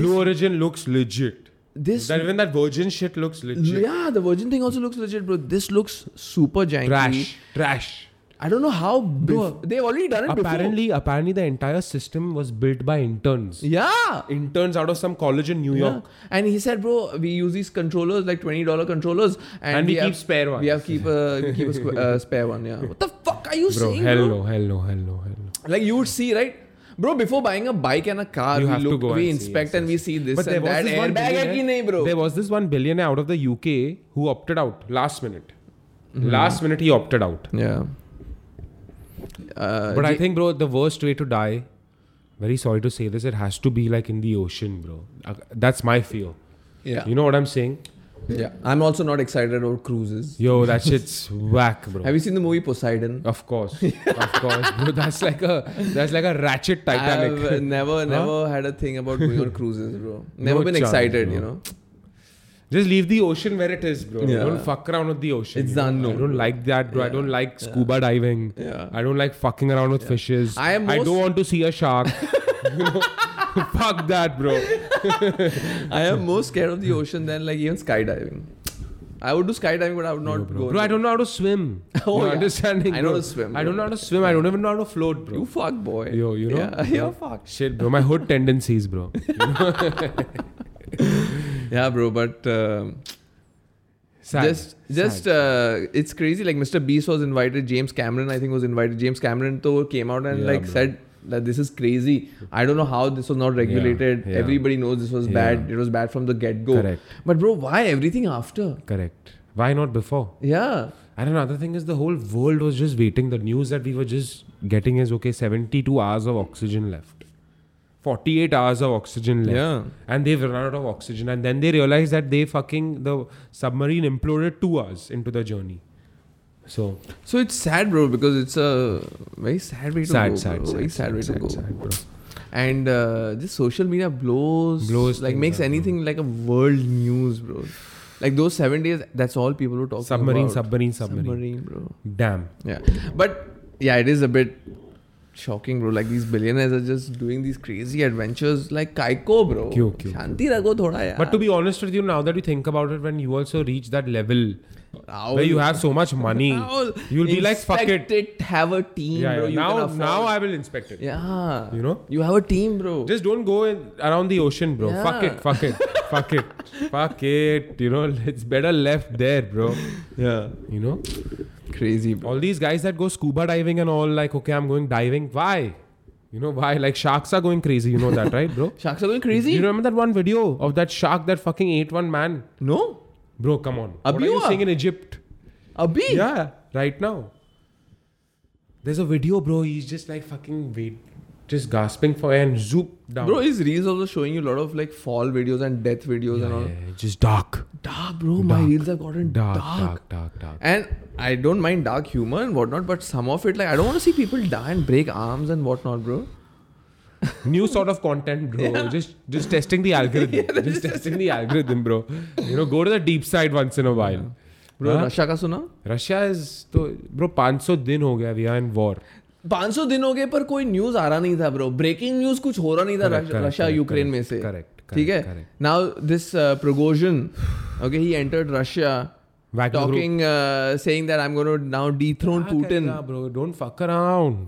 B: Blue Origin looks legit.
A: this.
B: That even that Virgin shit looks legit.
A: yeah, the Virgin thing also looks legit, bro. This looks super janky.
B: Trash, trash.
A: I don't know how. Bro, they've already done it before.
B: Apparently, apparently, the entire system was built by interns.
A: Yeah.
B: Interns out of some college in New
A: Yeah.
B: York.
A: And he said, bro, we use these controllers, like twenty dollar controllers, and,
B: And we
A: have,
B: keep spare
A: We
B: ones.
A: have keep a we keep a squ- uh, spare one. Yeah. What the fuck are you
B: Bro,
A: saying,
B: hell
A: bro?
B: no, hell no, hell no, hell no.
A: Like you would see, right? Bro, before buying a bike and a car,
B: You
A: we
B: have to
A: look,
B: go
A: we
B: and see,
A: inspect
B: yes,
A: and we see this
B: But there
A: and
B: was
A: that.
B: this one
A: Airbag hai ki
B: billionaire-
A: nahi, bro?
B: There was this one billionaire out of the UK who opted out last minute.
A: Mm-hmm.
B: Last minute he opted out.
A: yeah. Uh,
B: But I
A: J-
B: think, bro, the worst way to die. Very sorry to say this. It has to be like in the ocean, bro. Uh, That's my fear.
A: yeah,
B: You know what I'm saying?
A: yeah. I'm also not excited about cruises.
B: Yo, that shit's whack, bro.
A: Have you seen the movie Poseidon?
B: of course, of course, bro. That's like a that's like a ratchet Titanic.
A: I've never, never had a thing about going on cruises, bro. Never
B: No
A: been
B: chance,
A: excited,
B: bro.
A: you know.
B: Just leave the ocean where it is, bro.
A: Yeah.
B: Don't fuck around with the ocean.
A: It's
B: you know?
A: the unknown,
B: I don't
A: bro.
B: like that, bro. I don't like scuba diving.
A: Yeah.
B: I don't like fucking around with fishes.
A: I am
B: I
A: most-
B: don't want to see a shark. you know? Fuck that, bro.
A: I am more scared of the ocean than like even skydiving. I would do skydiving, but I would not go.
B: Bro, I don't know how to swim.
A: Oh,
B: You're
A: yeah.
B: understanding?
A: I know
B: bro.
A: to swim,
B: I
A: bro.
B: don't know how to swim. I don't even know how to float, bro.
A: You fuck boy.
B: Yo, you know?
A: Yeah, yeah, fuck.
B: Shit, bro. My hood tendencies, bro.
A: Yeah, bro. But. Um,
B: Sad.
A: just just uh, it's crazy like mr beast was invited james cameron i think was invited james cameron though came out and
B: Yeah,
A: like
B: bro.
A: said that this is crazy i don't know how this was not regulated
B: yeah.
A: everybody knows this was
B: Yeah.
A: bad it was bad from the get-go
B: Correct.
A: but bro why everything after
B: Correct. Why not before?
A: yeah
B: And another thing is the whole world was just waiting. The news that we were just getting is okay, 72 hours of oxygen left. 48 hours of oxygen left.
A: Yeah.
B: And they've run out of oxygen. And then they realized that they fucking the submarine imploded two hours into the journey. So
A: so it's sad bro because it's a very sad way to go
B: sad,
A: bro.
B: sad, sad,
A: very sad way to
B: sad,
A: go
B: sad, bro.
A: and uh, this social media blows
B: Blows
A: like
B: things
A: makes
B: up, bro.
A: anything like a world news bro like those seven days that's all people were talking
B: Submarine,
A: about
B: submarine, submarine,
A: submarine bro
B: Damn.
A: Yeah. But yeah, it is a bit shocking, bro. Like these billionaires are just doing these crazy adventures. Like Kaiko, bro.
B: क्यों, क्यों,
A: Shanti rakho thoda yaar.
B: But to be honest with you, now that you think about it, when you also reach that level
A: Raul,
B: where you have so much money,
A: Raul,
B: you'll be like, fuck it.
A: inspect Have a team,
B: Yeah,
A: bro.
B: yeah.
A: You can
B: Now,
A: afford-
B: now I will inspect it.
A: yeah.
B: You know?
A: You have a team, bro.
B: Just don't go in, around the ocean, bro. Fuck
A: Yeah.
B: it, fuck it, fuck it, fuck it. You know, it's better left there, bro.
A: yeah.
B: You know,
A: Crazy, bro.
B: all these guys that go scuba diving and all, like, okay, I'm going diving. Why? You know why? Like sharks are going crazy. You know that, right, bro?
A: Sharks are going crazy?
B: You remember that one video of that shark that fucking ate one man?
A: no.
B: Bro, come on. what
A: Abhi
B: are you
A: hua?
B: seeing in Egypt?
A: Abhi.
B: Yeah, right now. There's a video, bro. He's just like fucking wait, just gasping for air and zoop down.
A: Bro, is Reels also showing you a lot of like fall videos and death videos and all?
B: Yeah, yeah, just dark.
A: Dark, bro. My Reels have gotten
B: Dark, dark, dark, dark.
A: And I don't mind dark humor and whatnot, but some of it, like, I don't want to see people die and break arms and whatnot, bro.
B: New sort of content, bro. Just just testing the algorithm. just testing the algorithm, bro. You know, go to the deep side once in a while.
A: Bro,
B: Huh?
A: Russia ka suna?
B: Russia is तो bro 500 दिन हो गया we are in war.
A: 500 दिनों के पर कोई news आ रहा नहीं था ब्रो ब्रेकिंग न्यूज कुछ हो रहा नहीं था
B: Correct, correct,
A: Russia
B: correct,
A: Ukraine में
B: correct,
A: से
B: correct,
A: ठीक
B: correct,
A: है uh,
B: correct.
A: Now this Prigozhin okay he entered Russia
B: Wagner group.
A: Talking saying that I am gonna now dethrone
B: क्या
A: पुतिन
B: करेगा, bro. Don't fuck around.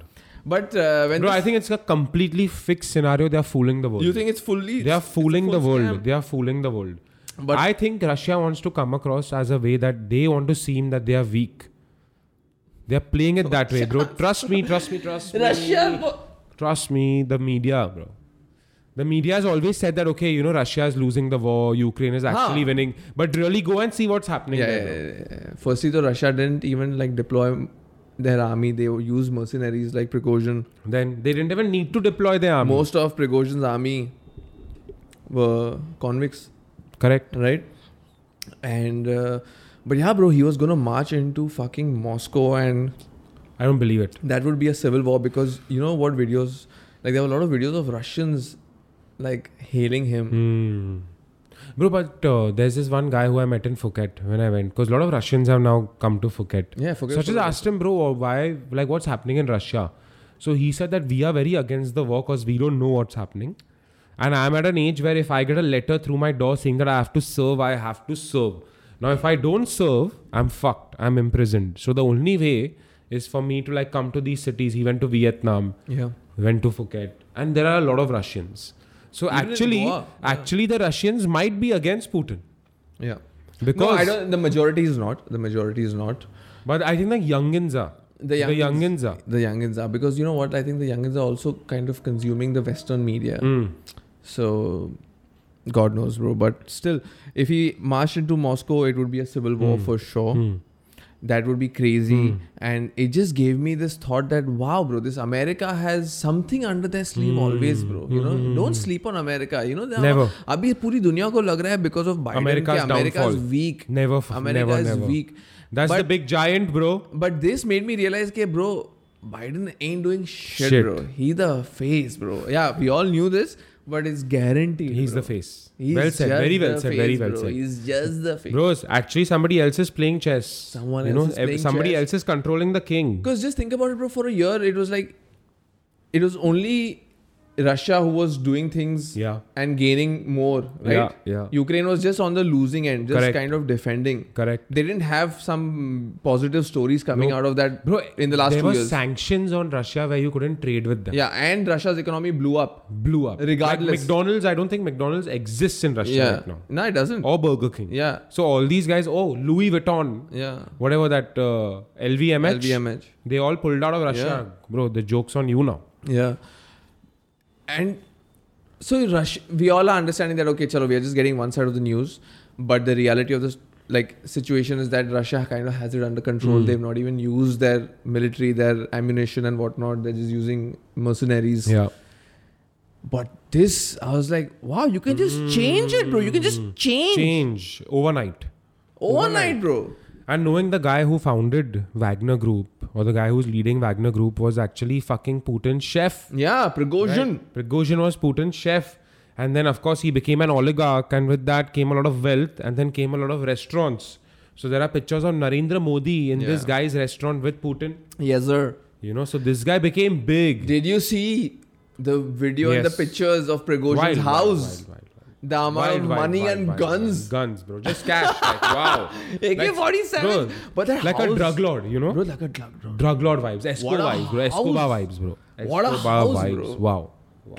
A: But when
B: Bro, I think it's a completely fixed scenario. They are fooling the world.
A: you think it's fully
B: they are fooling the
A: full
B: world.
A: scam.
B: They are fooling the world.
A: But-
B: But I think Russia wants to come across as a way that they want to seem that they are weak. They are playing it that way, bro. Trust me, trust me, trust me.
A: Russia
B: Trust me, the media, bro. The media has always said that okay, you know, Russia is losing the war, Ukraine is actually
A: Huh.
B: winning. But really go and see what's happening
A: yeah,
B: there.
A: yeah,
B: bro.
A: yeah, yeah. firstly तो Russia didn't even like deploy their army they use mercenaries like Prigozhin
B: Then they didn't even need to deploy their army.
A: most of Prigozhin's army were convicts
B: Correct.
A: right? And uh, but yeah, bro, he was gonna march into fucking Moscow, and
B: I don't believe it.
A: that would be a civil war because you know what videos? Like there were a lot of videos of Russians like hailing him.
B: Hmm. Bro, but uh, there's this one guy who I met in Phuket when I went, because a lot of Russians have now come to Phuket.
A: Yeah, forget.
B: so I just asked him, bro, uh, why, like, what's happening in Russia? So he said that we are very against the war because we don't know what's happening. And I'm at an age where if I get a letter through my door saying that I have to serve, I have to serve. Now, if I don't serve, I'm fucked. I'm imprisoned. So the only way is for me to, like, come to these cities. He went to Vietnam
A: yeah,
B: went to Phuket, and there are a lot of Russians. So
A: Even in
B: actually,
A: Goa, yeah.
B: actually the Russians might be against Putin
A: yeah.
B: because,
A: no, I don't. The majority is not. The majority is not.
B: but I think the youngins are
A: The youngins,
B: the youngins are.
A: the youngins are because you know what? I think the youngins are also kind of consuming the Western media.
B: Mm.
A: So, God knows, bro. But still, if he marched into Moscow, it would be a civil war for sure.
B: Mm.
A: That would be crazy. And it just gave me this thought that, wow, bro, this America has something under their sleeve always, bro. You know, don't sleep on America. You know, they are-
B: Mm. Mm-hmm.
A: अभी
B: Never.
A: पूरी दुनिया को लग रहा है because of Biden
B: America's
A: कि America is
B: downfall.
A: weak.
B: Never, f-
A: America
B: never,
A: is
B: never.
A: weak.
B: That's the
A: But-
B: big giant, bro.
A: But this made me realize that, bro, Biden ain't doing shit,
B: Shit.
A: bro. He the face, bro. Yeah, we all knew this, but it's guaranteed.
B: He's
A: bro.
B: the face.
A: He's
B: well said.
A: just
B: Very well
A: the
B: said.
A: face,
B: very well
A: bro.
B: said.
A: He's just the face.
B: Bros, actually, somebody else is playing chess.
A: Someone
B: you
A: else
B: know,
A: is
B: ev-
A: playing
B: somebody
A: chess.
B: else is controlling the king.
A: Because just think about it, bro. For a year, it was like, it was only Russia who was doing things
B: Yeah,
A: and gaining more, right?
B: yeah, yeah.
A: Ukraine was just on the losing end, just
B: Correct.
A: kind of defending.
B: Correct.
A: They didn't have some positive stories coming
B: No.
A: out of that,
B: Bro,
A: in the last
B: there
A: two
B: were
A: years.
B: sanctions on Russia where you couldn't trade with them.
A: yeah, and Russia's economy blew up.
B: blew up.
A: Regardless.
B: like McDonald's. I don't think McDonald's exists in Russia
A: yeah.
B: right now,
A: No, it doesn't.
B: or Burger King.
A: Yeah,
B: So all these guys, oh Louis Vuitton,
A: yeah.
B: whatever that uh, LVMH,
A: LVMH.
B: they all pulled out of Russia, bro. The jokes on you now.
A: Yeah. And so Russia, we all are understanding that okay, chalo, we are just getting one side of the news, but the reality of this like situation is that Russia kind of has it under control. They've not even used their military, their ammunition and whatnot. They're just using mercenaries.
B: Yeah,
A: But this, I was like, wow, you can just change it, bro. You can just Hmm. change,
B: change overnight.
A: overnight, bro.
B: And knowing the guy who founded Wagner Group or the guy who's leading Wagner Group was actually fucking Putin's chef.
A: Yeah, Prigozhin.
B: Right? Prigozhin was Putin's chef. And then, of course, he became an oligarch, and with that came a lot of wealth, and then came a lot of restaurants. So there are pictures of Narendra Modi in this
A: Yeah.
B: guy's restaurant with Putin.
A: Yes, sir.
B: You know, so this guy became big.
A: Did you see the video and the
B: Yes.
A: pictures of Prigozhin's
B: Wild, wild,
A: house?
B: wild, wild, wild.
A: The amount
B: Wild,
A: of
B: wild,
A: money
B: wild,
A: and
B: wild, wild.
A: guns.
B: Guns, bro. Just cash. Like, wow.
A: AK forty seven.
B: Bro,
A: But that
B: like
A: house,
B: a drug lord, you know?
A: Bro, like a drug lord.
B: Drug lord vibes. Escobar
A: What a
B: vibes, bro. Escobar vibes, bro.
A: What a
B: Escobar
A: house,
B: vibes.
A: bro.
B: Wow.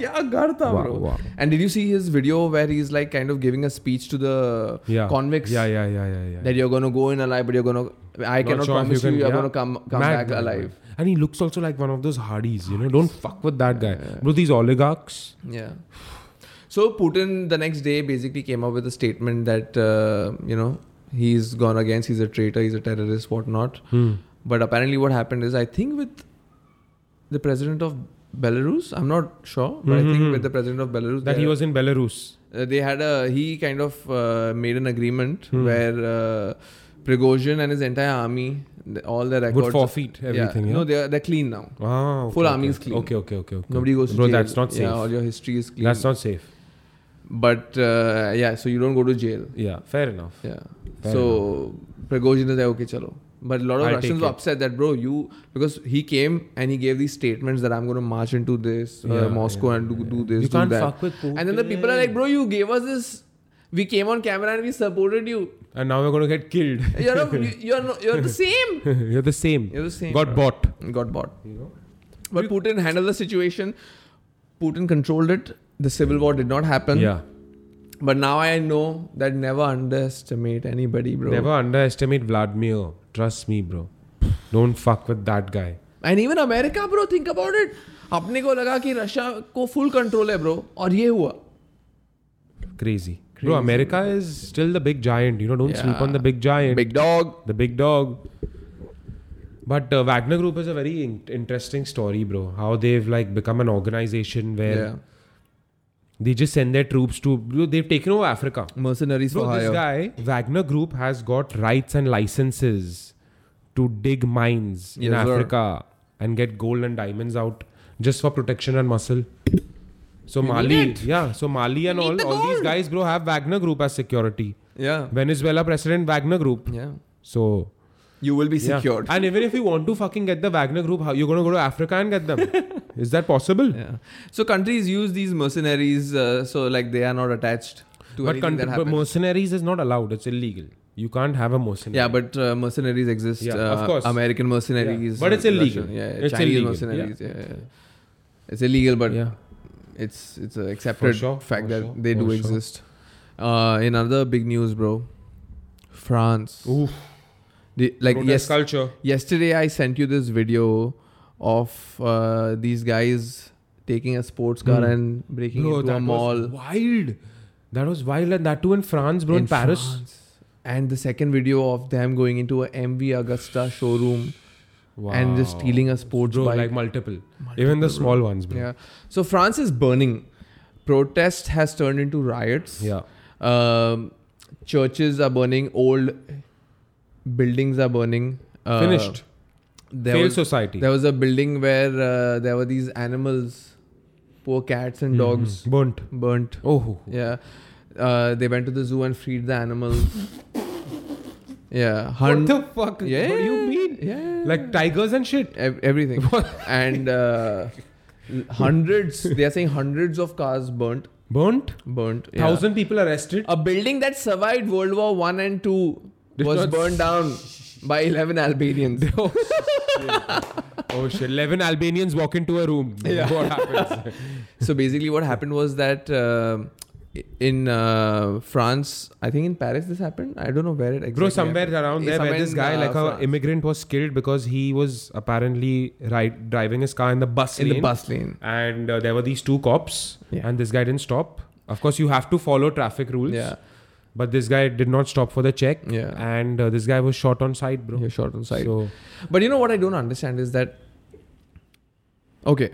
A: क्या घर था
B: Wow,
A: bro
B: wow.
A: and did you see his video where he's like kind of giving a speech to the
B: Yeah.
A: convicts
B: Yeah, yeah, yeah, yeah, yeah.
A: that you're gonna go in alive but you're gonna I
B: Not
A: cannot
B: sure if
A: promise you,
B: can-
A: you are
B: yeah.
A: gonna come come
B: Mad
A: back
B: guy,
A: alive
B: man. And he looks also like one of those hardies, you know. Don't fuck with that guy. Bro, these oligarchs.
A: Yeah. So Putin the next day basically came up with a statement that uh, you know he's gone against, he's a traitor, he's a terrorist, whatnot. But apparently, what happened is I think with the president of Belarus, I'm not sure, but I think with the president of Belarus
B: Mm-hmm. That
A: they-
B: he was in Belarus.
A: uh, they had a he kind of uh, made an agreement
B: Hmm.
A: where uh, Prigozhin and his entire army, the, all their records
B: Would forfeit everything, yeah?
A: No, they're they're clean now.
B: Ah, okay,
A: Full
B: okay.
A: army is clean.
B: Okay, okay, okay, okay.
A: Nobody goes to
B: Bro,
A: jail.
B: that's not safe.
A: Yeah, all your history is clean.
B: that's not safe.
A: But uh, yeah, so you don't go to jail.
B: Yeah, fair enough.
A: Yeah.
B: Fair
A: so Prigozhin is like, okay, chalo. But a lot of
B: I'll
A: Russians
B: take
A: were
B: it.
A: upset that, bro, you because he came and he gave these statements that I'm going to march into this uh,
B: Yeah,
A: Moscow
B: yeah,
A: and do,
B: yeah,
A: do
B: yeah.
A: this,
B: You
A: do
B: can't
A: that.
B: fuck with Putin.
A: And then the people are like, bro, you gave us this. We came on camera and we supported you.
B: And now we're gonna get killed.
A: You're a, you- you're no, you're the same.
B: You're the same.
A: You're the same. bro.
B: Got bought.
A: Got bought.
B: You know?
A: But Putin handled the situation. Putin controlled it. The civil war did not happen.
B: Yeah.
A: But now I know that never underestimate anybody, bro.
B: Never underestimate Vladimir. Trust me, bro. Don't fuck with that guy.
A: And even America bro think about it अपने को लगा कि Russia को full control है ब्रो और ये हुआ
B: Crazy. Bro, America is still the big giant. You know, don't sleep on
A: Yeah.
B: the big giant.
A: Big dog
B: the big dog. But uh, Wagner Group is a very in- interesting story, bro. How they've like become an organization where they just send their troops to. Bro, they've taken over Africa.
A: mercenaries
B: Bro,
A: for
B: this
A: hire
B: guy Wagner Group has got rights and licenses to dig mines in
A: Yes, sir.
B: Africa and get gold and diamonds out just for protection and muscle. So Mali, yeah, so Mali and all, all these guys, bro, have Wagner Group as security.
A: yeah
B: Venezuela president Wagner Group.
A: yeah
B: So
A: you will be
B: yeah.
A: secured
B: And even if you want to fucking get the Wagner group, how you're gonna go to Africa and get them? Is that possible?
A: yeah so countries use these mercenaries uh, so like they are not attached to
B: But,
A: anything
B: country,
A: that
B: but
A: happens
B: mercenaries is not allowed. It's illegal. You can't have a mercenary.
A: yeah but uh, mercenaries exist
B: Yeah,
A: uh,
B: of course.
A: american mercenaries
B: But
A: uh,
B: it's illegal.
A: Russian- yeah,
B: It's
A: Chinese
B: illegal,
A: mercenaries yeah. yeah. it's illegal but
B: yeah.
A: it's it's an accepted
B: sure,
A: fact
B: for
A: that
B: sure,
A: they do
B: for sure.
A: exist. Uh, in other big news, bro, France.
B: Oof.
A: The- like
B: Protest
A: yes,
B: culture.
A: yesterday I sent you this video of uh, these guys taking a sports car
B: Hmm.
A: and breaking
B: Bro,
A: into a
B: that
A: mall
B: was wild. That was wild, and that too in France, bro. In, Paris,
A: France. And the second video of them going into a MV Augusta showroom and just
B: Wow.
A: stealing a sports
B: Bro,
A: bike.
B: like multiple. even the small ones, bro.
A: yeah. So France is burning. Protest has turned into riots.
B: Yeah.
A: um, churches are burning, old buildings are burning. Uh,
B: Finished.
A: There
B: Failed
A: was,
B: society.
A: there was a building where uh, there were these animals, poor cats and dogs,
B: Mhm. burnt.
A: burnt.
B: Oh, ho, ho.
A: Yeah. Uh, they went to the zoo and freed the animals. yeah.
B: what
A: Hun-
B: the fuck?
A: yeah.
B: What do you mean?
A: Yeah.
B: Like tigers and shit.
A: Ev- everything. and uh, hundreds, they are saying hundreds of cars burnt.
B: Burnt.
A: Burnt. yeah.
B: Thousand people arrested.
A: A building that survived World War One and Two
B: Did
A: was
B: not-
A: burned down by eleven Albanians.
B: oh, shit. 11 Albanians walk into a room.
A: Yeah.
B: What happens?
A: so basically, what happened was that um in uh, France, I think in Paris, this happened. I don't know where it exactly.
B: Bro, somewhere
A: happened.
B: around
A: Yeah,
B: there where
A: somewhere
B: this
A: in,
B: guy,
A: uh,
B: like
A: France.
B: a immigrant, was killed because he was apparently right driving his car in the bus
A: in the
B: lane.
A: bus lane.
B: And uh, there were these two cops.
A: Yeah.
B: And this guy didn't stop. Of course, you have to follow traffic rules.
A: Yeah,
B: But this guy did not stop for the check.
A: Yeah.
B: And uh, this guy was shot on sight, bro.
A: yeah, shot on sight.
B: So,
A: But you know what I don't understand is that okay,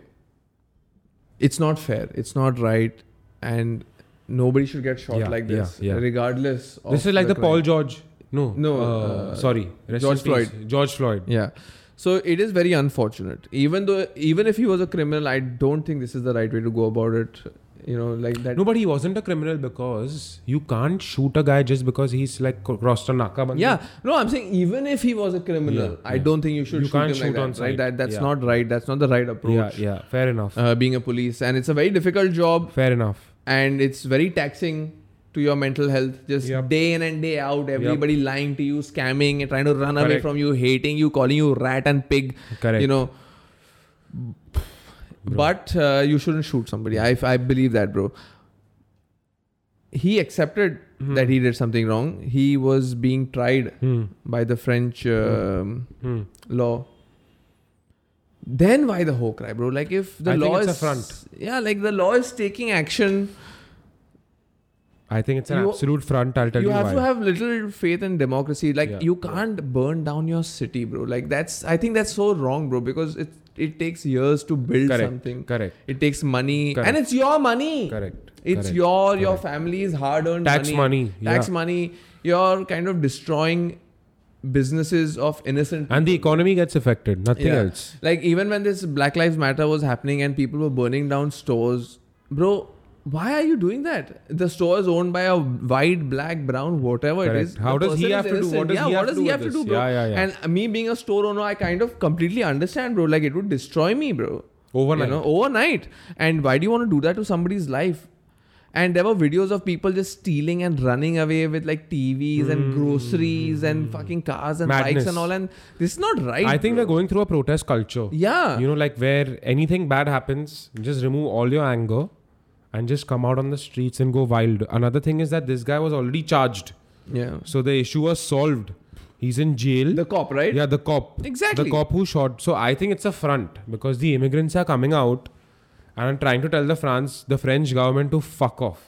A: it's not fair, it's not right, and nobody should get shot
B: Yeah,
A: like
B: yeah,
A: this,
B: yeah.
A: regardless. Of
B: this is like the,
A: crime.
B: Paul George. No.
A: No,
B: uh,
A: uh,
B: sorry. Rest
A: George
B: in peace. George Floyd.
A: Yeah. So it is very unfortunate. Even though, even if he was a criminal, I don't think this is the right way to go about it. you know, like that.
B: No, but he wasn't a criminal because you can't shoot a guy just because he's like cro- crossed a naka. bandi.
A: Yeah, no, I'm saying even if he was a criminal, I
B: Yeah,
A: don't think you should
B: You
A: shoot
B: can't
A: him like
B: shoot
A: that,
B: on
A: right?
B: sight.
A: That that's
B: Yeah.
A: not right. That's not the right
B: yeah,
A: approach.
B: yeah. Fair enough.
A: Uh, being a police, and it's a very difficult job,
B: fair enough.
A: and it's very taxing to your mental health. Just
B: Yep.
A: day in and day out, everybody lying to you, scamming, and trying to run away
B: Correct.
A: from you, hating you, calling you rat and pig.
B: Correct.
A: You know. But uh, you shouldn't shoot somebody. I, I believe that, bro. He accepted that he did something wrong. He was being tried
B: Hmm.
A: by the French um,
B: Hmm.
A: law. Then why the whole cry, bro? Like if the
B: I think
A: law
B: it's a
A: is
B: front.
A: yeah, like the law is taking action.
B: I think it's an
A: You-
B: absolute front. I'll tell you,
A: you have
B: why.
A: to have little faith in democracy. Like
B: Yeah.
A: you can't burn down your city, bro. Like that's I think that's so wrong, bro. Because it it takes years to build
B: Correct.
A: something.
B: Correct.
A: It takes money, and
B: Correct.
A: it's your money.
B: Correct.
A: It's
B: Correct.
A: your your family's hard earned
B: Tax money,
A: tax
B: yeah.
A: money. You're kind of destroying businesses of innocent
B: and the economy gets affected. Nothing
A: Yeah.
B: else.
A: Like even when this Black Lives Matter was happening and people were burning down stores, bro, why are you doing that? The store is owned by a white, black, brown, whatever it
B: Correct.
A: is.
B: How
A: The
B: does he
A: person is
B: have to do-
A: innocent.
B: what does
A: yeah,
B: he
A: what
B: have
A: does he
B: to do
A: have to
B: with
A: do,
B: this?
A: bro?
B: Yeah, yeah, yeah.
A: And me being a store owner, I kind of completely understand, bro. Like it would destroy me, bro.
B: Overnight.
A: You know, overnight. And why do you want to do that to somebody's life? And there were videos of people just stealing and running away with like TVs and groceries and fucking cars and bikes
B: Hmm. Madness.
A: and all. And this is not right.
B: I think
A: bro.
B: we're going through a protest culture.
A: Yeah.
B: You know, like where anything bad happens, just remove all your anger and just come out on the streets and go wild. Another thing is that this guy was already charged.
A: yeah.
B: So the issue was solved. He's in jail.
A: The cop, right?
B: yeah, the cop.
A: Exactly.
B: The cop who shot. So I think it's a front because the immigrants are coming out and are trying to tell the France, the French government to fuck off.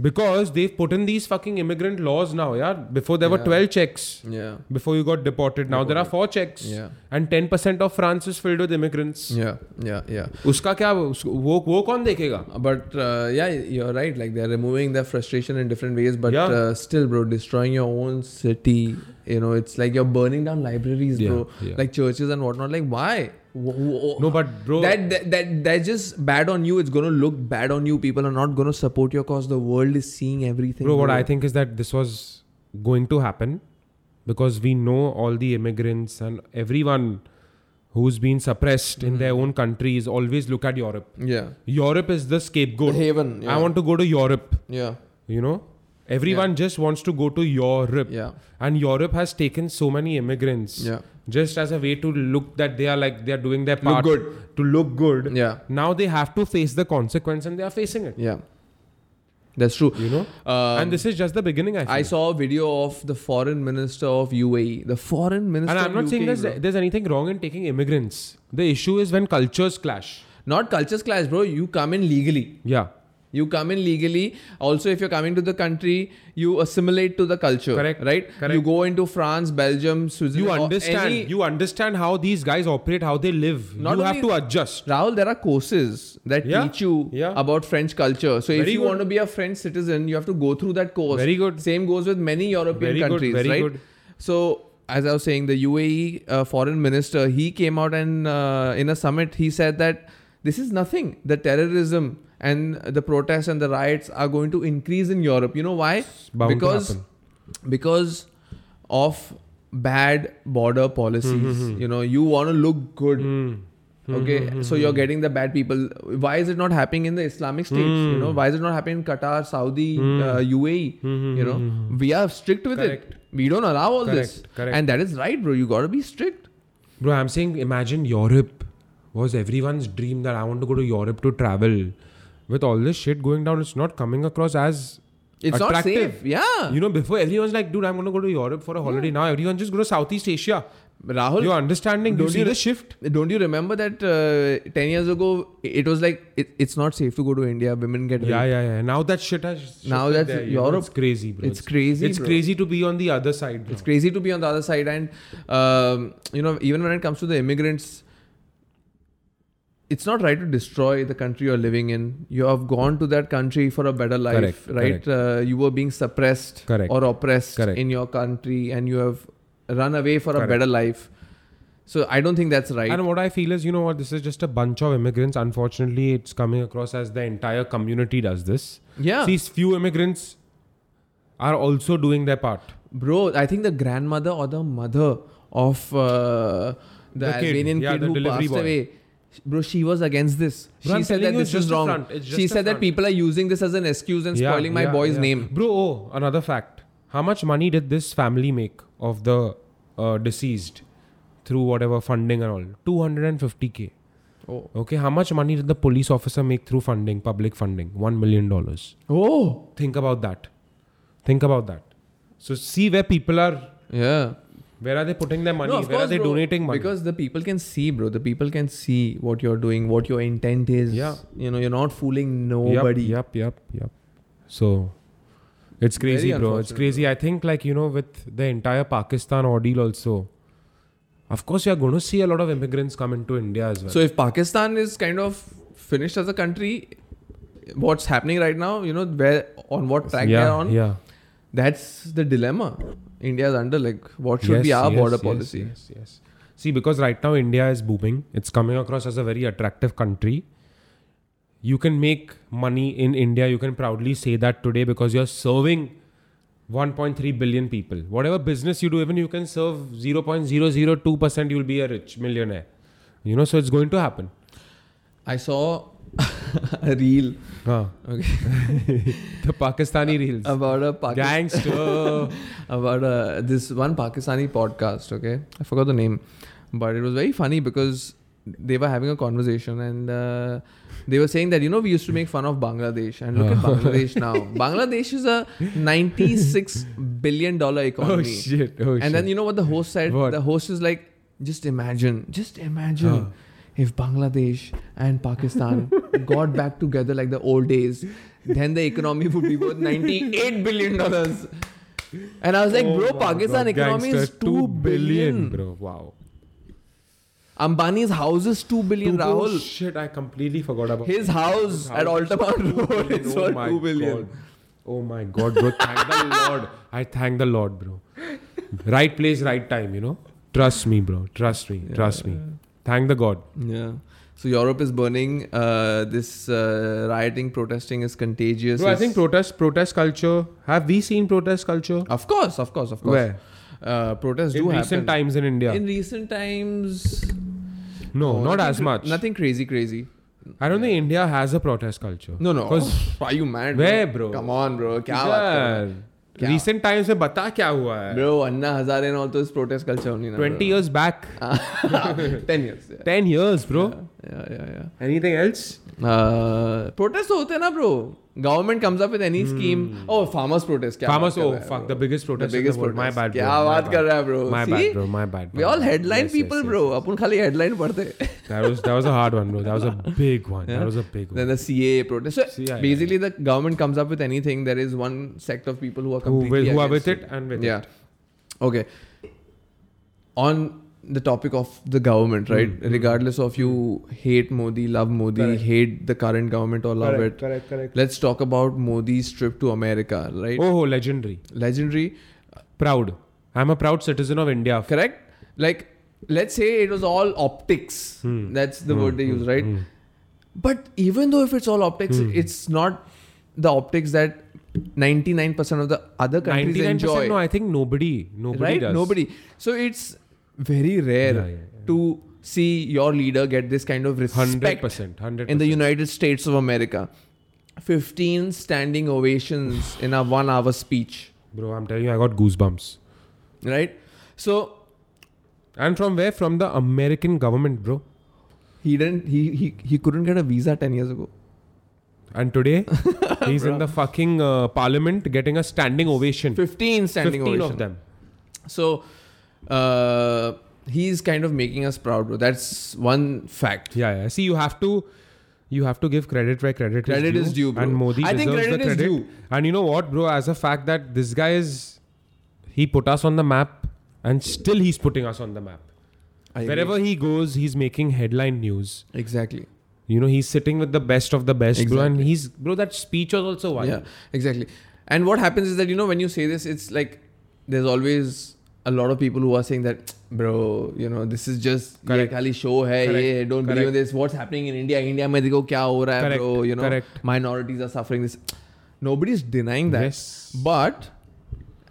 B: Because they've put in these fucking immigrant laws now, yeah. Before there were
A: Yeah.
B: 12 checks
A: Yeah.
B: before you got deported. Now there are four checks.
A: Yeah.
B: And 10% of France is filled with immigrants.
A: Yeah. Yeah. Yeah.
B: उसका क्या उसको- वो वो कौन देखेगा
A: But uh, yeah, you're right. Like they're removing their frustration in different ways, but
B: Yeah.
A: uh, still, bro, destroying your own city. You know, it's like you're burning down libraries, bro.
B: Yeah, yeah.
A: Like churches and whatnot. Like why? Wh- wh-
B: No, but bro,
A: that, that that that's just bad on you. It's gonna look bad on you. People are not gonna support your cause. The world is seeing everything.
B: bro, what I think is that this was going to happen because we know all the immigrants and everyone who's been suppressed
A: Mm-hmm.
B: in their own countries always look at Europe.
A: Yeah.
B: Europe is the scapegoat.
A: Haven. Yeah.
B: I want to go to Europe.
A: Yeah.
B: You know, everyone just wants to go to Europe,
A: Yeah.
B: and Europe has taken so many immigrants.
A: Yeah.
B: just as a way to look that they are like they are doing their part
A: good.
B: to look good
A: Yeah.
B: now they have to face the consequence and they are facing it
A: Yeah. That's true.
B: you know
A: Um,
B: and this is just the beginning i, feel.
A: I saw a video of the foreign minister of UAE. The foreign minister.
B: and i'm
A: of
B: not
A: UK,
B: saying there's,
A: bro.
B: there's anything wrong in taking immigrants the issue is when cultures clash
A: not cultures clash, bro. You come in legally.
B: yeah
A: You come in legally. Also, if you're coming to the country, you assimilate to the culture.
B: Correct.
A: Right.
B: Correct.
A: You go into France, Belgium, Switzerland.
B: you
A: or
B: understand
A: any-
B: you understand how these guys operate how they live
A: Not
B: you have to
A: only-
B: adjust
A: Rahul, there are courses that
B: Yeah.
A: teach you
B: Yeah.
A: about French culture. So if
B: Very
A: you
B: good.
A: want to be a French citizen, you have to go through that course.
B: Very good.
A: Same goes with many European
B: Very good,
A: countries,
B: very
A: right?
B: good.
A: So as I was saying, the UAE uh, foreign minister he came out and uh, in a summit he said that this is nothing. The terrorism and the protests and the riots are going to increase in Europe. You know why?
B: bound to
A: Because
B: happen.
A: because of bad border
B: Mm-hmm,
A: policies.
B: hmm,
A: You know, you want to look good okay so
B: hmm.
A: you're getting the bad people why is it not happening in the islamic states
B: Hmm.
A: you know why is it not happening in qatar saudi uh, uae you know we are strict with
B: hmm, Correct.
A: it we don't allow all this
B: Correct, correct.
A: and that is right bro you got to be strict
B: Bro, I'm saying imagine Europe was everyone's dream that I want to go to Europe to travel. With all this shit going down, it's not coming across as
A: it's
B: attractive.
A: not safe yeah
B: You know, before everyone's like, dude, I'm gonna go to Europe for a holiday. Now everyone just go to Southeast Asia.
A: rahul
B: You're understanding? Do you
A: Don't
B: see
A: you-
B: the shift?
A: don't you remember that uh, 10 years ago it was like it, it's not safe to go to india women get
B: Yeah,
A: raped.
B: yeah, yeah. Now that shit has shifted
A: Now that's
B: there, you know,
A: Europe.
B: It's crazy, bro.
A: It's crazy,
B: It's
A: bro.
B: crazy to be on the other side.
A: it's crazy to be on the other side and um, you know even when it comes to the immigrants it's not right to destroy the country you're living in you have gone to that country for a better life
B: Correct,
A: right Uh, you were being suppressed
B: Correct.
A: or oppressed
B: Correct.
A: in your country and you have run away for a
B: Correct.
A: better life So I don't think that's right.
B: And what I feel is, you know what, this is just a bunch of immigrants. Unfortunately, it's coming across as the entire community does this.
A: Yeah.
B: These few immigrants are also doing their part.
A: Bro, I think the grandmother or the mother of uh, the,
B: The kid.
A: Albanian
B: Yeah,
A: kid
B: the
A: who
B: delivery
A: passed
B: boy.
A: away. sh- Bro, she was against this.
B: Bro,
A: she
B: I'm
A: said
B: telling
A: that
B: you,
A: this
B: it's
A: is
B: just a
A: wrong.
B: front. It's just
A: She
B: a
A: said that
B: front.
A: people are using this as an excuse and
B: Yeah,
A: spoiling my
B: yeah,
A: boy's
B: yeah.
A: name.
B: Bro, oh, another fact. How much money did this family make of the uh, deceased through whatever funding and all? 250k.
A: Oh.
B: Okay, how much money did the police officer make through funding, public funding? $1 million.
A: Oh.
B: Think about that. Think about that. So see where people are
A: Yeah.
B: Where are they putting their money?
A: No, of
B: Where
A: course,
B: are they
A: bro.
B: donating money?
A: Because the people can see, bro. The people can see what you're doing, what your intent is.
B: Yeah.
A: You know, you're not fooling
B: yep,
A: nobody.
B: Yep, yep, yep. So it's crazy,
A: Very
B: bro. It's
A: unfortunate,
B: crazy. I think, like, you know, with the entire Pakistan ordeal also, of course, you're going to see a lot of immigrants come into India as well.
A: So if Pakistan is kind of finished as a country, what's happening right now, you know, where on what track
B: yeah,
A: they're on,
B: yeah.
A: that's the dilemma. India's under like what should
B: Yes,
A: be our
B: yes,
A: border
B: yes,
A: policy.
B: Yes, yes. See, because right now India is booming, it's coming across as a very attractive country. You can make money in India. You can proudly say that today because you're serving 1.3 billion people. Whatever business you do, even you can serve 0.002%, you'll be a rich millionaire. You know, so it's going to happen.
A: I saw a reel
B: Huh. the Pakistani reels.
A: about a uh, Pakistan
B: Gangster.
A: about uh, this one Pakistani podcast. Okay, I forgot the name, but it was very funny because they were having a conversation and uh, they were saying that you know we used to make fun of Bangladesh and look
B: Oh.
A: at Bangladesh now. Bangladesh is a ninety-six billion dollar economy.
B: oh, shit. Oh,
A: and
B: shit.
A: then you know what the host said?
B: What?
A: The host is like, just imagine, just imagine if Bangladesh and Pakistan got back together like the old days, then the economy would be worth 98 billion dollars. And I was like,
B: Oh
A: bro,
B: my
A: Pakistan
B: God,
A: economy is
B: gangster,
A: 2 billion.
B: Bro, wow.
A: Ambani's house is 2 billion,
B: Two- oh,
A: Rahul.
B: shit, I completely forgot about
A: His house
B: His
A: at
B: house is
A: Altamont
B: two
A: Road
B: billion.
A: is
B: Oh
A: worth
B: my
A: 2 billion.
B: God. Oh my god, bro. Thank the Lord. I thank the Lord, bro. Right place, right time, you know? Trust me, bro. Trust me. Trust me. Thank the God.
A: Yeah. So Europe is burning. Uh, this uh, rioting, protesting is contagious.
B: Bro, I
A: It's-
B: think protest protest culture. Have we seen protest culture?
A: Of course, of course, of course.
B: Where?
A: Uh, protests
B: In
A: Uh, do
B: recent
A: happen.
B: times in India.
A: In recent times, no,
B: no, Oh, not
A: nothing
B: as
A: cra-
B: much.
A: Nothing crazy, crazy.
B: I don't think India has a protest culture.
A: No, no.
B: 'Cause
A: Are you mad?
B: Where, bro?
A: Come on, bro. Kya baat kar rahe
B: यार,
A: क्या?
B: recent times में बता क्या हुआ
A: ho?
B: है
A: Bro, Anna Hazare and all those protest culture only. na,
B: 20 years back
A: bro. Ten years. Yeah,
B: 10 years bro
A: yeah, yeah. yeah.
B: anything else
A: Uh, protests तो होते हैं ना, bro. Government comes up with any scheme. Oh, farmers protest. क्या
B: Hmm. Farmers,
A: बात कर रहा
B: oh
A: है,
B: fuck,
A: bro?
B: the biggest protest.
A: The biggest
B: in the world.
A: protest.
B: My bad. Bro.
A: क्या
B: my
A: बात
B: bad.
A: कर रहा है, bro?
B: My
A: See?
B: bad, bro. My bad.
A: We
B: my
A: all
B: bad.
A: headline
B: Yes, yes,
A: people,
B: yes,
A: bro.
B: yes.
A: अपन खाली headline पढ़ते हैं.
B: That was that was a hard one, bro. That was a big one.
A: Yeah.
B: That was a big one.
A: Then the CAA protest. So
B: CAA.
A: basically, the government comes up with anything. There is one sect of people who are
B: who,
A: completely
B: with, who are
A: against
B: with it and with
A: yeah.
B: it.
A: Okay. On the topic of the government, right?
B: Hmm.
A: Regardless of you hate Modi, love Modi, hate the current government or love it.
B: Correct. Correct.
A: Let's talk about Modi's trip to America, right?
B: Oh, legendary.
A: Legendary,
B: Proud. I'm a proud citizen of India.
A: correct? Like, let's say it was all optics.
B: Hmm.
A: That's the word they use, right? But even though if it's all optics,
B: Hmm.
A: it's not the optics that 99% of the other countries
B: 99%.
A: enjoy.
B: No, I think nobody. Nobody
A: right?
B: does.
A: Nobody. So it's very rare
B: Yeah, yeah, yeah.
A: to see your leader get this kind of
B: Hundred
A: respect
B: percent. Hundred.
A: in the United States of America. 15 standing ovations in a one hour speech,
B: Bro, I'm telling you, I got goosebumps.
A: right? So
B: And from where? From the American government, bro.
A: he didn't, he, he, he couldn't get a visa 10 years ago.
B: And today, he's in the fucking uh, parliament getting a standing ovation.
A: 15 standing
B: 15
A: ovations.
B: of them.
A: So uh, he's kind of making us proud, bro. That's one fact.
B: Yeah, yeah. See, you have to, you have to give credit where credit,
A: Credit
B: is
A: is
B: due.
A: due, bro.
B: And Modi
A: I think
B: deserves
A: credit
B: the
A: is
B: credit.
A: due.
B: And you know what, bro? As a fact that this guy is, he put us on the map, and still he's putting us on the map.
A: I agree.
B: Wherever he goes, he's making headline news.
A: Exactly.
B: You know, he's sitting with the best of the best, bro. And
A: Exactly.
B: he's, bro, that speech was also one.
A: Yeah, exactly. And what happens is that you know when you say this, it's like there's always a lot of people who are saying that bro you know this is just ye
B: Correct.
A: khali show hai
B: Correct.
A: ye don't believe in
B: Correct.
A: this what's happening in india india mein dekho kya ho raha hai
B: Correct.
A: bro you know
B: Correct.
A: minorities are suffering this nobody's denying that
B: Yes.
A: but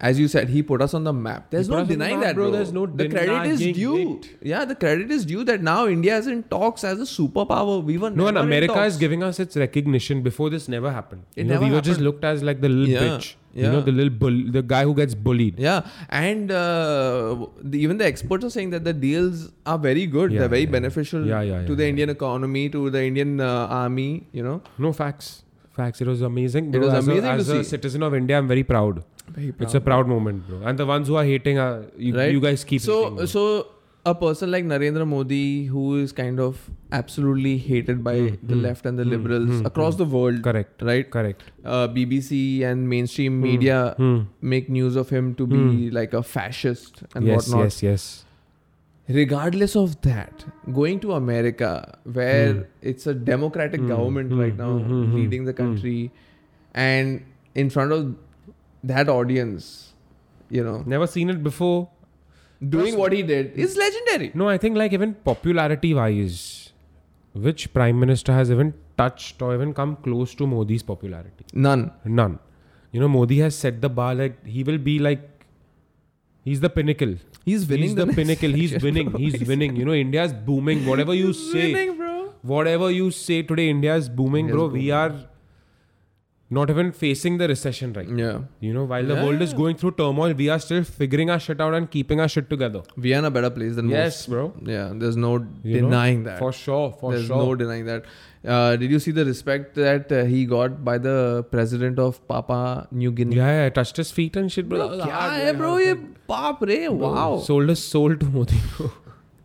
A: as you said he put us on the map there's
B: put
A: no
B: us on the
A: denying
B: map,
A: that
B: bro.
A: bro,
B: There's no
A: the credit is
B: denying
A: due
B: it.
A: yeah the credit is due that now india is in talks as a superpower we were
B: No, and
A: never in
B: America
A: talks.
B: is giving us its recognition. Before this never happened.
A: It
B: you know,
A: never
B: we were just
A: happened.
B: looked as like the little
A: Yeah,
B: bitch. You
A: yeah.
B: know, the little bull, the guy who gets bullied.
A: Yeah, and uh, the, even the experts are saying that the deals are very good.
B: Yeah,
A: They're very
B: yeah, yeah.
A: beneficial
B: Yeah, yeah,
A: to
B: yeah,
A: the
B: yeah.
A: Indian economy, to the Indian uh, army. You know,
B: No facts. Facts. It was amazing.
A: It
B: Bro.
A: was
B: as
A: amazing
B: a,
A: to
B: as a
A: see.
B: citizen of India. I'm very proud.
A: very
B: It's a proud moment, bro. And the ones who are hating, are, you,
A: right?
B: you guys keep hating,
A: so
B: bro.
A: so a person like Narendra Modi, who is kind of absolutely hated by
B: Hmm,
A: the left and the liberals across the world,
B: correct,
A: right?
B: correct.
A: Uh, BBC and mainstream media
B: Hmm.
A: make news of him to be like a fascist and
B: yes,
A: whatnot.
B: yes, yes.
A: regardless of that going to america where
B: Hmm.
A: it's a democratic government right now leading
B: Hmm.
A: the country and in front of that audience you know
B: Never seen it before.
A: doing what he did is legendary
B: No, I think like even popularity wise, which prime minister has even touched or even come close to Modi's popularity?
A: none
B: None. You know, Modi has set the bar like he will be like he's the pinnacle.
A: he's winning
B: he's the,
A: next
B: pinnacle. He's
A: election,
B: winning.
A: bro.
B: He's winning. You know, India's booming. Whatever you
A: He's
B: say,
A: winning, bro
B: whatever you say today, India's booming,
A: India's
B: bro. We
A: booming.
B: are not even facing the recession right now.
A: yeah
B: You know, while the
A: Yeah,
B: world is
A: yeah.
B: going through turmoil, we are still figuring our shit out and keeping our shit together.
A: we are in a better place than
B: Yes, bro.
A: most yeah there's no
B: You know,
A: denying that
B: For sure, for
A: There's
B: sure.
A: no denying that. Uh, did you see the respect that uh, he got by the president of Papua New Guinea?
B: yeah, yeah, I touched his feet and shit, bro.
A: Bro
B: That was
A: क्या
B: hard,
A: है
B: man.
A: Bro ये बाप रे wow
B: Sold his soul to Modi, bro.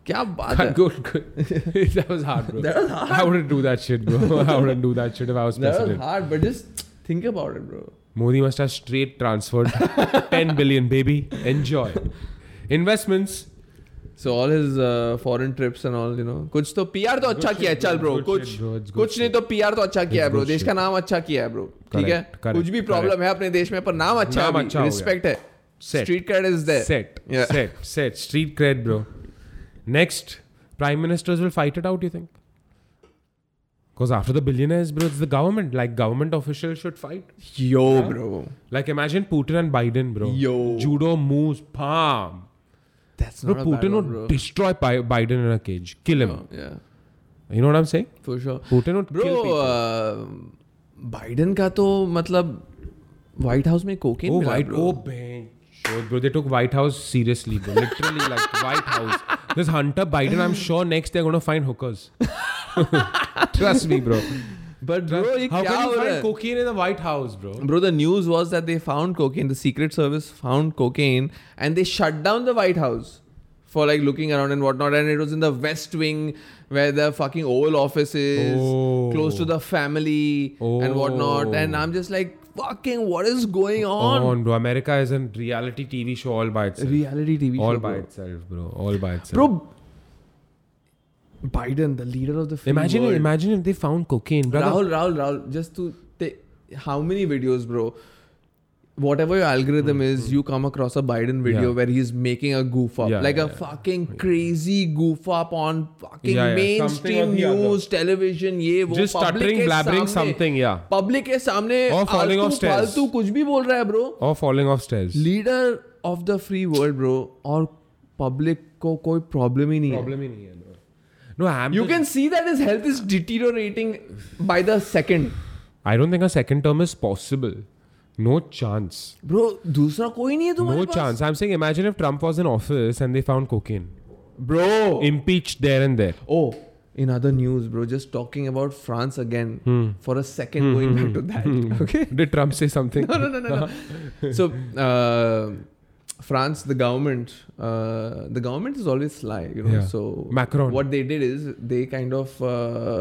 A: क्या बात है
B: हाँ, Good, good, good. that was hard, bro.
A: That was hard.
B: I wouldn't do that shit, bro. I wouldn't do that shit if I was
A: That was
B: president.
A: hard, but just think about it, bro.
B: Modi must have straight transferred 10 billion, baby. Enjoy. Investments.
A: So all his uh, foreign trips and all, you know, कुछ तो PR तो अच्छा
B: shit,
A: किया है, चल
B: bro.
A: bro,
B: Good
A: कुछ
B: shit, bro. It's good
A: कुछ नहीं तो PR तो अच्छा किया है,
B: It's
A: bro.
B: good
A: देश का नाम अच्छा किया है, bro. ठीक है,
B: Correct, correct,
A: कुछ भी प्रॉब्लम
B: correct.
A: है अपने देश में पर नाम अच्छा
B: नाम
A: है,
B: अच्छा हो गया.
A: रिस्पेक्ट है.
B: Set.
A: Street cred is there.
B: Set.
A: Yeah.
B: Set. Set. Street cred, bro. Next, prime ministers will fight it out, you think? Because after the billionaires, bro, it's the government. Like, government officials should fight.
A: Yo, bro,
B: Like, imagine Putin and Biden, bro.
A: Yo.
B: Judo moves, palm.
A: that's
B: Bro,
A: not a bad
B: Putin
A: one,
B: would
A: bro.
B: destroy Bi- Biden in a cage. Kill him.
A: Yeah,
B: You know what I'm saying?
A: for sure.
B: Putin would
A: bro
B: kill people.
A: Biden का तो मतलब White House में cocaine
B: oh,
A: मिला
B: White,
A: bro.
B: oh, bang. Sure, bro. They took White House seriously, bro. Literally, like White House. This Hunter Biden, I'm sure next they're gonna find hookers. Trust me, bro.
A: But bro,
B: Trust-
A: ये
B: oh, How
A: क्या
B: can
A: हो
B: you
A: रहा
B: find
A: है?
B: cocaine in the White House, bro?
A: Bro, the news was that they found cocaine. The Secret Service found cocaine, and they shut down the White House for like looking around and whatnot. And it was in the West Wing, where the fucking Oval Office is,
B: Oh.
A: close to the family and whatnot.
B: Oh.
A: And I'm just like, fucking, what is going on?
B: On, bro. America is a reality TV show all by itself.
A: Reality TV
B: all
A: show,
B: by
A: bro.
B: itself, bro. All by itself.
A: bro. Biden, the leader of the free
B: imagine,
A: world.
B: imagine if they found cocaine, brother.
A: Rahul, Rahul, Rahul, just to take how many videos, bro? Whatever your algorithm is, you come across a Biden video
B: Mm, Yeah.
A: where he's making a goof up,
B: Yeah,
A: like a
B: yeah, yeah.
A: fucking crazy goof up on fucking
B: Yeah, yeah,
A: mainstream
B: something or the
A: news, television, ये वो
B: Just
A: public
B: stuttering,
A: के
B: blabbering
A: सामने-
B: something, yeah.
A: Public के सामने
B: Or falling off
A: आलतू
B: stairs.
A: फालतू कुछ भी बोल रहा है, bro.
B: Or falling off stairs.
A: Leader of the free world, bro, और public को कोई problem ही नहीं है.
B: Problem ही नहीं है, bro. No, I'm
A: You can see that his health is deteriorating by the second.
B: I don't think a second term is possible. No chance.
A: Bro दूसरा कोई नहीं है तुम्हारे
B: No
A: pass
B: chance. I'm saying imagine if Trump was in office and they found cocaine.
A: bro
B: Impeached there and there.
A: oh in other news bro just talking about france again
B: Hmm.
A: for a second going back to that okay
B: Did Trump say something?
A: no no no no, no. so uh, france the government uh, the government is always sly you know
B: Yeah.
A: so
B: Macron.
A: what they did is they kind of uh,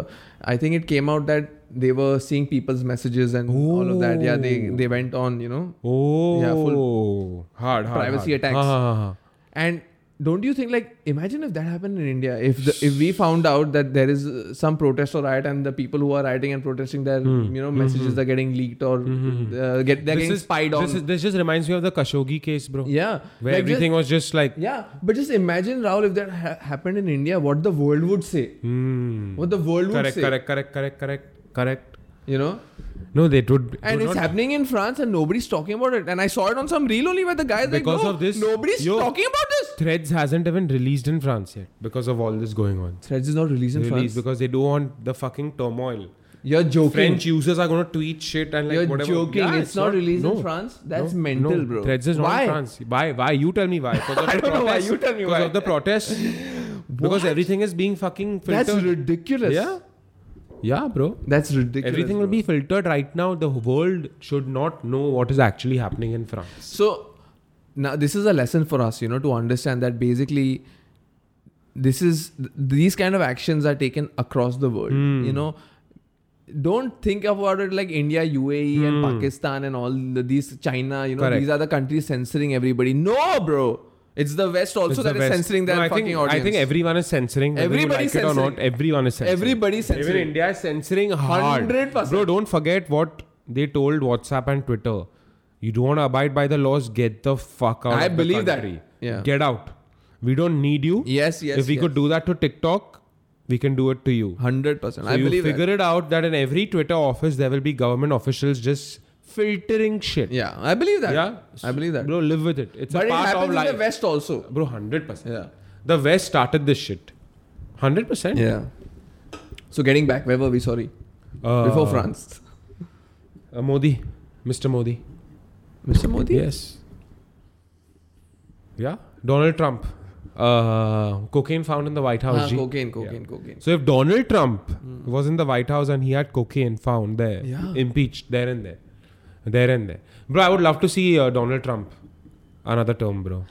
A: i think it came out that they were seeing people's messages and all of that yeah they
B: Oh.
A: they went on you know
B: Oh.
A: Yeah,
B: hard, hard.
A: Privacy
B: hard.
A: attacks.
B: हाँ, हाँ, हाँ, हाँ.
A: and don't you think like imagine if that happened in india if the, if we found out that there is uh, some protest or riot and the people who are rioting and protesting their
B: Hmm.
A: you know messages are getting leaked or uh, get they're getting spied on
B: this, is, this just reminds me of the Khashoggi case, bro.
A: yeah
B: Where
A: Like,
B: everything was just like,
A: just, yeah but just imagine Raul if that ha- happened in india what the world would say
B: hmm.
A: what the world would
B: Correct,
A: say
B: correct, correct, correct, correct, correct.
A: you know
B: No, they did.
A: and
B: do
A: it's
B: not-
A: happening in france and nobody's talking about it and i saw it on some reel only where the guys like
B: Because
A: no,
B: of this,
A: nobody's
B: yo-
A: talking about this
B: Threads hasn't even released in France yet because of all this going on.
A: threads is not released in
B: Released
A: france
B: because they don't want the fucking turmoil.
A: you're joking
B: French users are going to tweet shit and like
A: You're
B: whatever.
A: joking.
B: Yeah,
A: it's, not released
B: no,
A: in France. That's
B: no,
A: mental,
B: no.
A: bro.
B: Threads is not
A: Why?
B: in France. Why? Why? You tell me why. Because of
A: I
B: the
A: don't know why.
B: protests.
A: You tell me
B: because
A: why.
B: of the protests. because everything is being fucking filtered.
A: That's ridiculous.
B: yeah, yeah, bro.
A: That's ridiculous.
B: Everything will
A: bro.
B: be filtered right now. The world should not know what is actually happening in France.
A: So now this is a lesson for us, you know, to understand that basically this is th- these kind of actions are taken across the world.
B: Hmm.
A: You know, don't think about it like India, UAE, and Pakistan and all the, these China. You know,
B: Hmm. Correct.
A: these are the countries censoring everybody. No, bro. It's the West
B: It's
A: also that
B: the
A: is
B: West.
A: censoring their
B: No, I
A: fucking
B: think,
A: audience.
B: I think everyone is censoring. whether you
A: Everybody
B: like it or
A: censoring.
B: not. Everyone is censoring.
A: Everybody censoring.
B: Even India is censoring hard.
A: 100%.
B: Bro, don't forget what they told WhatsApp and Twitter. You don't want to abide by the laws. Get the fuck out.
A: I
B: of
A: believe
B: the
A: that.
B: country.
A: Yeah.
B: Get out. We don't need you.
A: yes, yes.
B: if we
A: yes.
B: could do that to TikTok, we can do it to you.
A: hundred percent,
B: So
A: I
B: you
A: believe that.
B: figure it out that in every Twitter office there will be government officials just filtering shit.
A: Yeah, I believe that.
B: Yeah.
A: I believe that.
B: Bro, live with it. It's
A: but
B: a
A: it
B: part
A: happens
B: of life.
A: in the West also.
B: Bro, 100%.
A: Yeah.
B: The West started this shit. 100%.
A: Yeah. So getting back, where were we? Sorry.
B: Uh,
A: Before France.
B: uh, Modi. Mr. Modi.
A: Mr. Modi?
B: Yes. Yeah. Donald Trump. Uh, cocaine found in the White House.
A: Ah,
B: G.
A: cocaine, cocaine, cocaine.
B: So if Donald Trump was in the White House and he had cocaine found there,
A: Yeah.
B: impeached there and there, there and there, bro, I would love to see uh, Donald Trump another term, bro.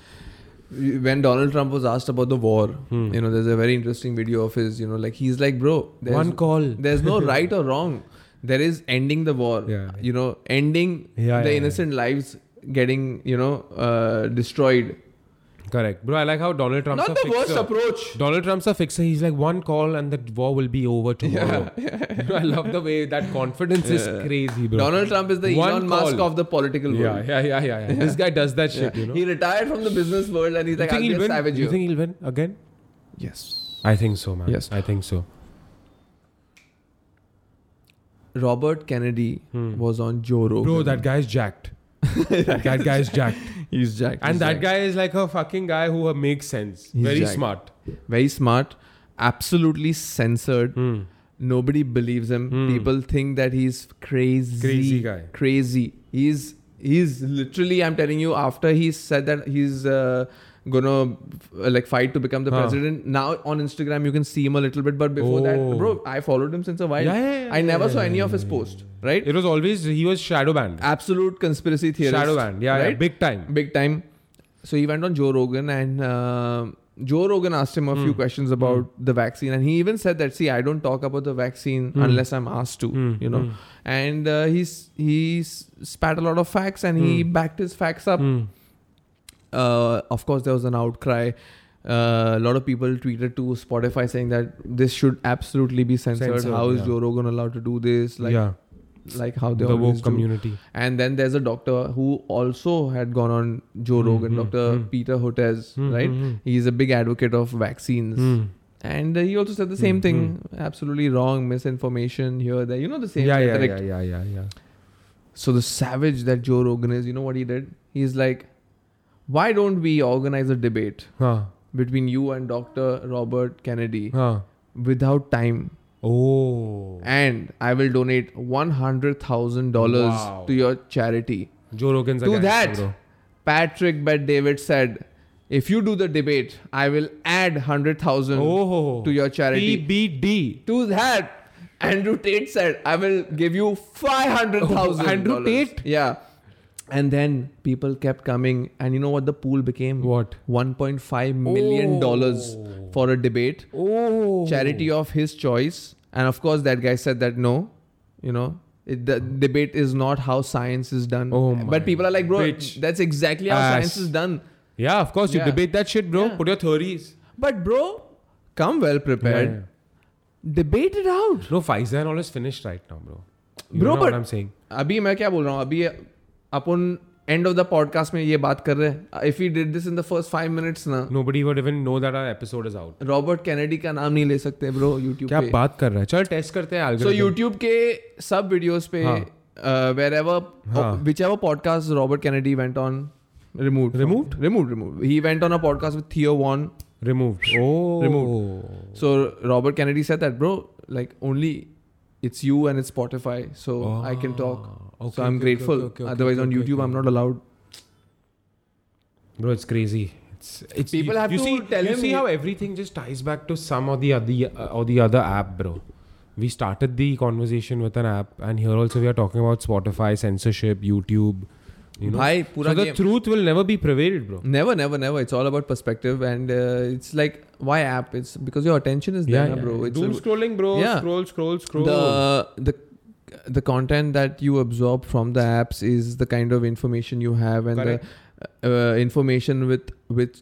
A: When Donald Trump was asked about the war,
B: Hmm.
A: you know, there's a very interesting video of his, you know, like he's like, bro, there's,
B: One call.
A: there's no right or wrong. There is ending the war,
B: Yeah.
A: you know, ending
B: Yeah,
A: the
B: yeah,
A: innocent lives getting, you know, uh, destroyed.
B: Correct, bro. I like how Donald Trump's
A: Not
B: a
A: the
B: fixer.
A: worst approach.
B: Donald Trump's a fixer. He's like one call and the war will be over tomorrow. Bro, I love the way that confidence is
A: Yeah.
B: crazy, bro.
A: Donald Trump is the
B: One
A: Elon Musk
B: call.
A: of the political world.
B: yeah, yeah, yeah, yeah, yeah, This guy does that shit, you know.
A: He retired from the business world and he's like,
B: you think
A: I'll
B: he'll
A: be a
B: win?
A: savage.
B: You think he'll win again?
A: yes.
B: I think so, man.
A: Yes.
B: I think so.
A: Robert Kennedy was on Joe Rogan.
B: Hmm. Bro, that guy's jacked. that guy's jacked.
A: he's jacked.
B: And
A: he's
B: that
A: jacked.
B: guy is like a fucking guy who makes sense.
A: He's
B: Very
A: jacked.
B: smart.
A: very smart, absolutely
B: Hmm.
A: censored. Nobody believes him. People think that he's crazy.
B: Crazy guy.
A: Crazy. He's he's literally. I'm telling you. After he said that he's uh, gonna uh, like fight to become the
B: Huh.
A: president. Now on Instagram you can see him a little bit, but before that,
B: Oh.
A: bro, I followed him since a while.
B: Yeah, yeah, yeah,
A: I never
B: yeah,
A: saw
B: yeah,
A: any of
B: yeah,
A: his posts. Right.
B: It was always he was shadow banned.
A: Absolute conspiracy theorist.
B: Shadow banned. Yeah, yeah,
A: Right?
B: big time.
A: big time. So he went on Joe Rogan, and uh, Joe Rogan asked him a
B: Hmm.
A: few questions about the vaccine, and he even said that, "See, I don't talk about the vaccine
B: Hmm.
A: unless I'm asked to,"
B: Mm.
A: you know. And uh, he's he s- spat a lot of facts, and he
B: Hmm.
A: backed his facts up.
B: Mm.
A: Uh, of course, there was an outcry. Uh, a lot of people tweeted to Spotify saying that this should absolutely be censored.
B: Censored,
A: how is
B: yeah.
A: Joe Rogan allowed to do this? Like,
B: yeah,
A: like how they
B: the
A: always
B: woke
A: do.
B: community.
A: And then there's a doctor who also had gone on Joe Rogan,
B: mm,
A: Dr.
B: mm.
A: Peter Hotez,
B: Mm,
A: right?
B: mm, mm.
A: He's a big advocate of vaccines.
B: Mm.
A: And uh, he also said the same
B: Mm,
A: thing absolutely wrong, misinformation here, there. You know, the same
B: Yeah, yeah,
A: rhetoric.
B: yeah, yeah, yeah, yeah.
A: So the savage that Joe Rogan is, you know what he did? He's like, why don't we organize a debate
B: Huh.
A: between you and Dr. Robert Kennedy
B: Huh.
A: without time?
B: Oh.
A: And I will donate $100,000
B: Wow.
A: to your charity.
B: Joe Rogan's a
A: To
B: gangster,
A: that,
B: bro.
A: Patrick Bet David said, if you do the debate, I will add 100,000
B: Oh.
A: to your charity.
B: PBD.
A: To that, Andrew Tate said, I will give you 500,000.
B: Oh, Andrew Tate?
A: Yeah. And then people kept coming, and you know what the pool became?
B: What?
A: 1.5 million dollars
B: Oh.
A: for a debate,
B: Oh.
A: charity of his choice, and of course that guy said that no, you know, it, the debate is not how science is done.
B: Oh my
A: but people are like, bro,
B: bitch.
A: that's exactly how
B: Ass.
A: science is done.
B: Yeah, of course. You
A: Yeah.
B: debate that shit, bro.
A: Yeah.
B: Put your theories.
A: But bro, come well prepared.
B: Yeah,
A: Debate it out.
B: No, Pfizer and all is finished right now, bro. You
A: Bro,
B: know what
A: but-
B: I'm saying?
A: अभी मैं क्या बोल रहा हूँ अभी अपन end of the podcast में ये बात कर रहे हैं if you did this in the first five minutes ना
B: Nobody would even know that our episode is out.
A: Robert Kennedy का नाम नहीं ले सकते ब्रो यूट्यूब
B: क्या
A: पे
B: बात कर रहा है? चल टेस्ट करते हैं
A: सो
B: algorithm.
A: यूट्यूब के सब वीडियोस पे uh,
B: हाँ.
A: वेर एवर
B: हाँ.
A: Whichever podcast Robert Kennedy went on removed
B: Removed?
A: removed removed he went on a podcast with theo vaughn
B: removed. Oh.
A: so robert kennedy said that bro like only it's you and it's spotify so i can talk
B: Ah, Oh. okay,
A: so i'm
B: okay,
A: grateful
B: okay, okay, okay,
A: otherwise
B: okay,
A: on
B: okay,
A: youtube
B: okay.
A: i'm not allowed
B: Bro, it's crazy. It's, it's
A: People
B: you,
A: have
B: you
A: to
B: see,
A: tell
B: you
A: him
B: see
A: he-
B: how everything just ties back to some or the other uh, or the other app, bro. We started the conversation with an app, and here also we are talking about Spotify censorship, YouTube. You know,
A: Bhai, pura
B: so the
A: game-
B: truth will never be prevailed, bro.
A: Never, never, never. It's all about perspective, and uh, it's like why app? It's because your attention is there, na, bro. It's
B: Doom scrolling, bro.
A: Yeah.
B: Scroll, scroll, scroll.
A: the the the content that you absorb from the apps is the kind of information you have and the uh, information with which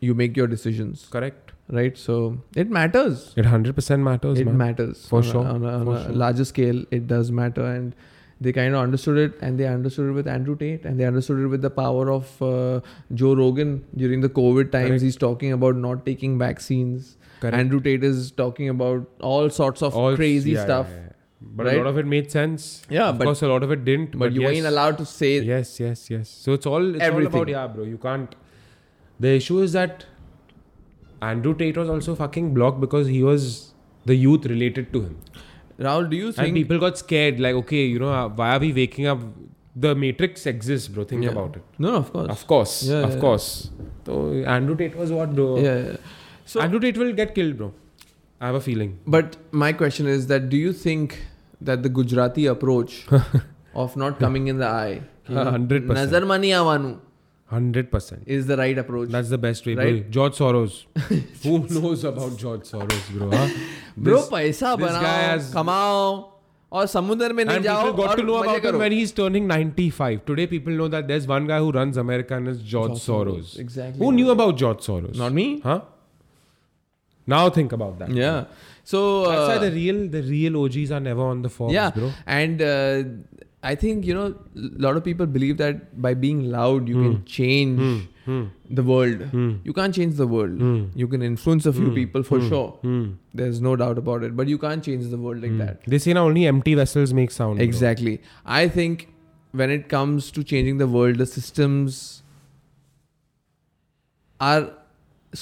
A: you make your decisions,
B: Correct.
A: right? So it matters.
B: It hundred percent matters,
A: It
B: man.
A: matters
B: For
A: on
B: sure.
A: A, on a, on
B: For
A: a
B: sure.
A: larger scale, it does matter, and they kind of understood it, and they understood it with Andrew Tate, and they understood it with the power of uh, Joe Rogan during the COVID times.
B: Correct.
A: He's talking about not taking vaccines.
B: Correct.
A: Andrew Tate is talking about all sorts of
B: All-
A: crazy
B: yeah, yeah,
A: stuff,
B: yeah. But a
A: right?
B: lot of it made sense.
A: Yeah,
B: of
A: but-
B: course, a lot of it didn't.
A: but,
B: But,
A: you
B: yes.
A: ain't allowed to say.
B: yes yes yes so it's all it's
A: Everything.
B: all about yeah bro you can't the issue is that andrew tate was also fucking blocked because he was the youth related to him
A: Raul, do you
B: and
A: think?
B: people got scared like okay you know uh, why are we waking up the matrix exists bro think
A: Yeah.
B: about it
A: No, no, of course.
B: of course
A: Yeah,
B: of
A: yeah.
B: course so andrew tate was what bro
A: Yeah, yeah. So,
B: andrew tate will get killed bro i have a feeling
A: but my question is that: Do you think that the Gujarati approach of not coming in the eye, कि
B: 100%.
A: नजर માં નહીં આવવાનું,
B: 100%
A: is the right approach?
B: that's the best way
A: Right?
B: bro george soros who knows about george soros bro huh?
A: Bro
B: This-
A: पैसा
B: this
A: बनाओ
B: guy has-
A: कमाओ और समुद्र में नहीं
B: and
A: जाओ
B: people got
A: और
B: to know
A: मजे
B: about him
A: करो
B: when he's turning 95. Today, people know that there's one guy who runs America and it's George Soros.
A: exactly
B: Who knew about George Soros?
A: not me
B: Huh? Now think about that.
A: yeah so
B: That's why
A: uh,
B: the real the real OGs are never on the forums,
A: yeah
B: bro.
A: and uh, i think you know a lot of people believe that by being loud you can change the world you can't change the world you can influence a few people for sure there's no doubt about it but you can't change the world like that
B: They say now only empty vessels make sound. bro.
A: Exactly. I think when it comes to changing the world, the systems are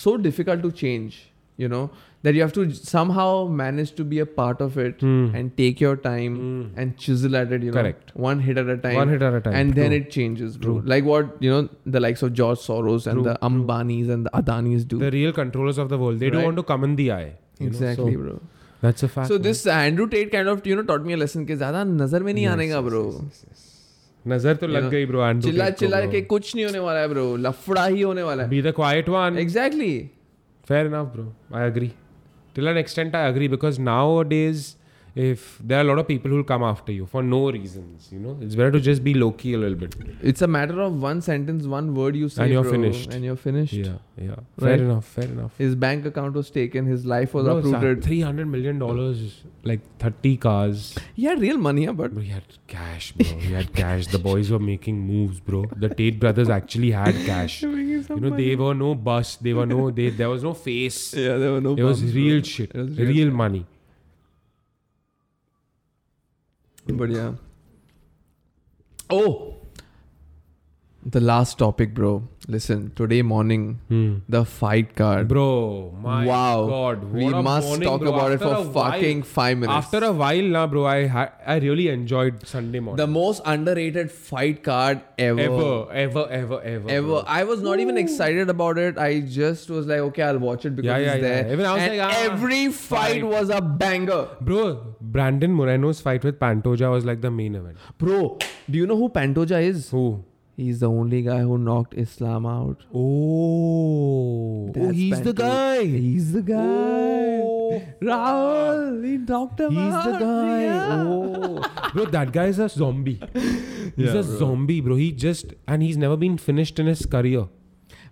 A: so difficult to change, you know, that you have to somehow manage to be a part of it and take your time and chisel at it, you know.
B: Hmm. Correct.
A: One hit at a time.
B: One hit at a time.
A: And then
B: True.
A: it changes, bro. Like what, you know, the likes of George Soros and
B: True,
A: the Ambanis and the Adanis do.
B: The real controllers of the world. They don't
A: Right.
B: want to come in the eye. you know,
A: exactly,
B: so
A: bro.
B: That's a fact.
A: So
B: man.
A: this Andrew Tate kind of, you know, taught me a lesson कि ज़्यादा नजर में नहीं आने का, bro.
B: नजर तो
A: you
B: लग
A: know,
B: गई bro. Andrew
A: चिल्ला
B: Tate को,
A: चिल्ला
B: bro.
A: के कुछ नहीं होने वाला है ब्रो लफड़ा ही होने वाला है
B: Be the quiet one.
A: Exactly
B: Fair enough, bro. I agree. Till an extent, I agree because nowadays, if there are a lot of people who'll come after you for no reasons, you know, it's better to just be low key a little bit.
A: It's a matter of one sentence one word you say
B: And you're finished.
A: And you are finished
B: Yeah, yeah. Fair
A: Right.
B: enough. Fair enough.
A: his bank account was taken his life was
B: Bro,
A: uprooted
B: three hundred million dollars, like thirty cars.
A: he had real money yeah, but
B: Bro, he had cash, bro. He had cash. The boys were making moves, bro. The Tate brothers actually had cash. You know, they were no bus. They were no. They there was no face.
A: yeah there were no
B: It was
A: bumps,
B: real
A: bro.
B: shit.
A: It was
B: real,
A: real
B: money.
A: but yeah oh the last topic bro listen today morning
B: Hmm.
A: the fight card
B: Bro, my
A: wow
B: God. What
A: we
B: a
A: must
B: morning,
A: talk
B: bro.
A: about it
B: After
A: for
B: a while-
A: fucking 5 minutes
B: After a while, na, bro, I ha- I really enjoyed Sunday morning.
A: the most underrated fight card
B: ever, ever, ever, ever.
A: ever.
B: bro.
A: I was not even excited about it. I just was like, okay, I'll watch it because
B: Yeah, yeah,
A: it's
B: yeah.
A: there.
B: Even I was
A: and
B: like, ah,
A: every fight
B: fight.
A: was a banger,
B: Bro, Brandon Moreno's fight with Pantoja was like the main event.
A: bro. Do you know who Pantoja is?
B: Who?
A: He's the only guy who knocked Islam out.
B: Oh. oh,
A: That's
B: he's the
A: Pantoja.
B: guy.
A: He's the guy.
B: Oh.
A: Rahul, he knocked him
B: He's
A: out.
B: the guy.
A: Yeah.
B: Oh. Bro, that guy is a zombie. He's
A: Yeah,
B: a zombie, bro. He just, and he's never been finished in his career.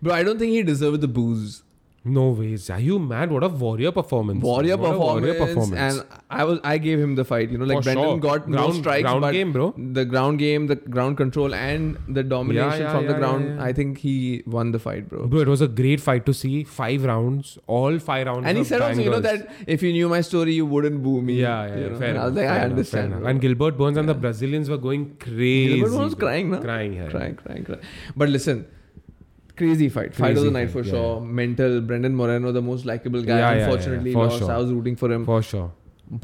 A: Bro, I don't think he deserved the booze.
B: No ways. Are you mad? What a warrior performance.
A: Warrior
B: What a
A: performance,
B: warrior performance.
A: and I was I gave him the fight. You know, like
B: For
A: Brendan
B: sure.
A: got no
B: Ground-
A: strikes,
B: ground
A: but
B: game, bro.
A: the ground game, the ground control, and the domination
B: yeah,
A: from the
B: yeah,
A: ground.
B: yeah, yeah.
A: I think he won the fight, bro.
B: Bro, it was a great fight to see. Five rounds, all five rounds.
A: And he
B: were
A: said also, you know,
B: bangers.
A: that if you knew my story, you wouldn't boo me.
B: Yeah, yeah,
A: you know?
B: fair
A: and I was
B: enough,
A: like,
B: fair
A: I
B: enough,
A: understand.
B: fair enough.
A: bro.
B: And Gilbert Burns and the Brazilians were going crazy.
A: Gilbert Burns was
B: bro.
A: crying, na?
B: Crying, yeah.
A: Crying, crying, crying. But listen, crazy fight. fight of
B: Crazy
A: the night for
B: fight, yeah,
A: sure. Mental. Brendan Moreno, the most likable guy.
B: Yeah, yeah, yeah,
A: Unfortunately,
B: for
A: lost.
B: sure.
A: I was rooting for him.
B: For sure.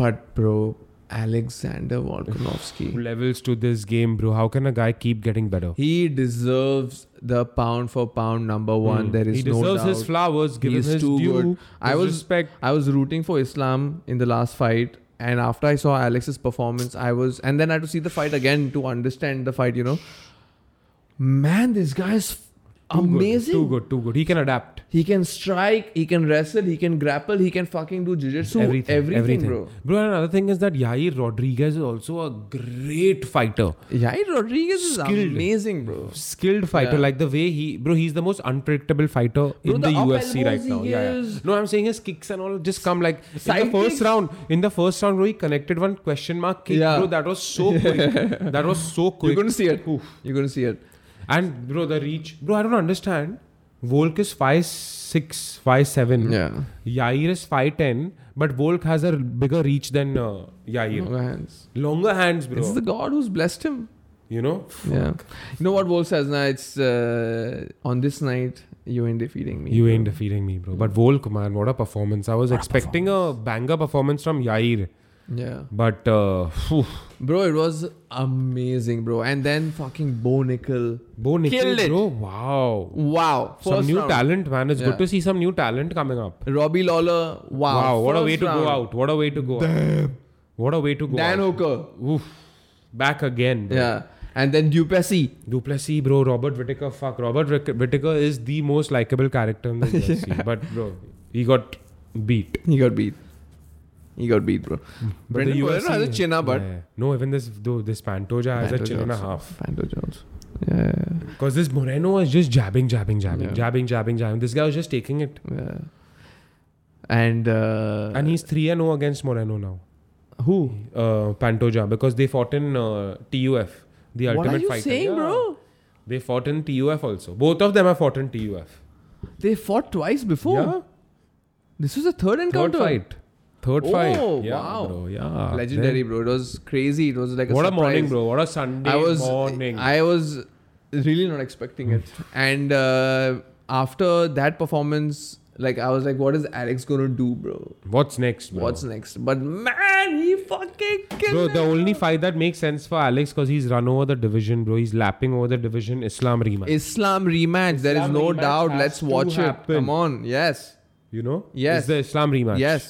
A: But bro, Alexander Volkanovski.
B: Levels to this game, bro. How can a guy keep getting better?
A: he deserves the pound for pound number one.
B: Hmm.
A: There is
B: he
A: no
B: deserves
A: doubt.
B: his flowers. Give
A: He
B: him
A: is
B: his
A: too
B: due.
A: good. I
B: his
A: was-
B: respect.
A: I was rooting for Islam in the last fight. And after I saw Alex's performance, I was, and then I had to see the fight again to understand the fight. You know, man, this guy is f-
B: Too good,
A: amazing.
B: Too good. Too good. He can adapt.
A: He can strike, he can wrestle, he can grapple, he can fucking do jujitsu. Everything, everything, bro.
B: Bro, and another thing is that Yair Rodriguez is also a great fighter.
A: Yair Rodriguez is
B: Skilled.
A: amazing, bro.
B: Skilled fighter,
A: Yeah.
B: like the way he, bro, he's the most unpretable fighter in
A: the
B: the,
A: up
B: UFC right
A: elbows
B: now.
A: he
B: Yeah, yeah.
A: gives.
B: No, I'm saying his kicks and all just come like in
A: Side
B: the first
A: kicks.
B: round. In the first round, bro, he connected one question mark kick,
A: Yeah.
B: bro. That was so quick. That was so
A: You're
B: quick.
A: gonna see it. You're gonna see it.
B: And bro, the reach, bro, I don't understand. Volk is five six, five seven.
A: Yeah.
B: Yair is five ten, but Volk has a bigger reach than uh, Yair.
A: Hands.
B: Longer hands, bro.
A: It's the God who's blessed him.
B: You know?
A: Yeah. You know what Wolf says now? It's uh, on this night you ain't defeating me.
B: You ain't defeating me, bro. But Volk, man, what a performance. I was expecting a banger performance from Yair.
A: Yeah.
B: But uh phew,
A: Bro, it was amazing, bro. And then fucking Bo Nickel.
B: Bo Nickel,
A: Killed it.
B: bro. Wow.
A: Wow. First
B: some new
A: round.
B: talent, man. It's
A: Yeah.
B: good to see some new talent coming up.
A: Robbie Lawler. Wow.
B: Wow, what a
A: First
B: way to
A: round.
B: go out. What a way to go out. What a way to go
A: Dan
B: out.
A: Hooker.
B: Oof. Back again. Bro.
A: Yeah. And then Duplessis.
B: Duplessis, bro. Robert Whitaker. Fuck. Robert Whit- Whitaker is the most likable character in the UFC. But, bro, he got beat.
A: He got beat. He got beat, bro.
B: But the
A: Brendan Moreno has a
B: UFC
A: chin up, but
B: Yeah. No, even this though this Pantoja has a
A: Pantoja
B: chin and a
A: also.
B: half.
A: Fando Jones. Yeah,
B: Because this Moreno was just jabbing, jabbing, jabbing,
A: Yeah.
B: jabbing, jabbing, jabbing. This guy was just taking it.
A: yeah. And uh,
B: and he's 3 0 against Moreno now.
A: who?
B: Uh, Pantoja. Because they fought in uh, TUF. The
A: What
B: ultimate
A: are you
B: fighter.
A: saying,
B: Yeah.
A: bro?
B: They fought in TUF also. Both of them have fought in TUF.
A: They fought twice before.
B: Yeah.
A: This was the third
B: Third
A: encounter.
B: fight. Third
A: Oh,
B: fight. Yeah,
A: wow.
B: bro. Yeah.
A: Legendary,
B: Ah, Then-
A: bro. It was crazy. It was like a
B: what a
A: surprise.
B: morning, bro. What a Sunday
A: I was
B: morning.
A: I was really not expecting it. And uh, after that performance, like I was like, what is Alex gonna do, bro?
B: What's next, bro?
A: What's next? But man, he fucking killed
B: Bro,
A: it,
B: the only fight that makes sense for Alex because he's run over the division, bro. He's lapping over the division. Islam Rima.
A: Islam rematch. there is
B: Islam
A: no
B: rematch
A: doubt.
B: has
A: Let's
B: to
A: watch it.
B: happen.
A: Come on. Yes.
B: you know?
A: Yes.
B: It's the Islam rematch.
A: Yes.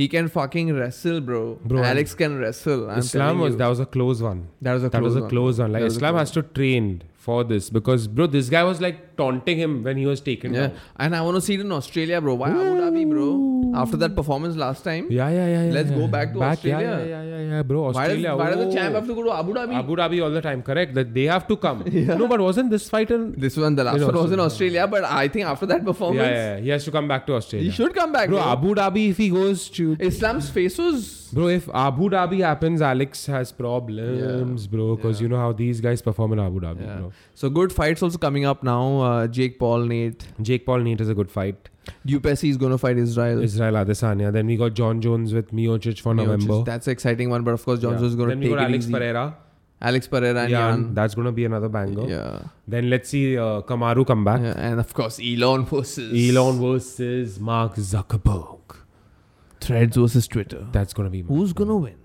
A: He can fucking wrestle, bro.
B: Bro,
A: Alex can wrestle. I'm
B: Islam
A: telling
B: was
A: you.
B: that was a close one.
A: That was a
B: That was
A: close
B: a
A: one.
B: close one. Like
A: That was a
B: Islam
A: close
B: has to train for this because bro, this guy was like taunting him when he was taken
A: Yeah.
B: down.
A: And I want to see it in Australia, bro. Why Abu Dhabi, bro? After that performance last time.
B: Yeah, yeah, yeah. yeah
A: Let's
B: yeah.
A: go back to Australia.
B: Yeah, yeah, yeah, yeah, yeah, bro.
A: Why, does,
B: Australia.
A: why does the
B: oh.
A: champ have to go to Abu Dhabi?
B: Abu Dhabi all the time? Correct. That they have to come. No, but wasn't this fight in?
A: this one, the last
B: In
A: one was in
B: Australia.
A: Australia, but I think after that
B: Yeah,
A: performance,
B: yeah, yeah, he has to come back to Australia.
A: he should come back,
B: bro,
A: bro.
B: Abu Dhabi if he goes to
A: Islam's face was.
B: Bro, if Abu Dhabi happens, Alex has problems, bro. Because you know how these guys perform in Abu Dhabi,
A: Yeah.
B: bro.
A: So good fights also coming up now. Uh, Jake Paul, Nate.
B: Jake Paul Nate is a good fight. Duplessis.
A: Duplessis is going to fight Israel.
B: Israel Adesanya. Then we got John Jones with Miocic for
A: Miocic.
B: November.
A: That's an exciting one, but of course, Johnson is going to
B: Then
A: take
B: we got
A: it
B: Alex
A: easy.
B: Pereira.
A: Alex Pereira and
B: Jan.
A: Jan.
B: That's going to be another banger.
A: Yeah.
B: Then let's see uh, Kamaru come back.
A: yeah, and of course Elon versus
B: Elon versus Mark Zuckerberg.
A: Threads versus Twitter.
B: That's going to be.
A: Who's gonna win?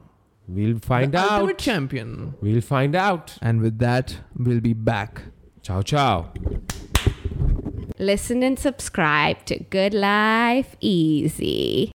B: We'll find
A: the
B: out.
A: ultimate champion.
B: We'll find out.
A: And with that, we'll be back.
B: Ciao, ciao.
D: Listen and subscribe to Good Life Easy.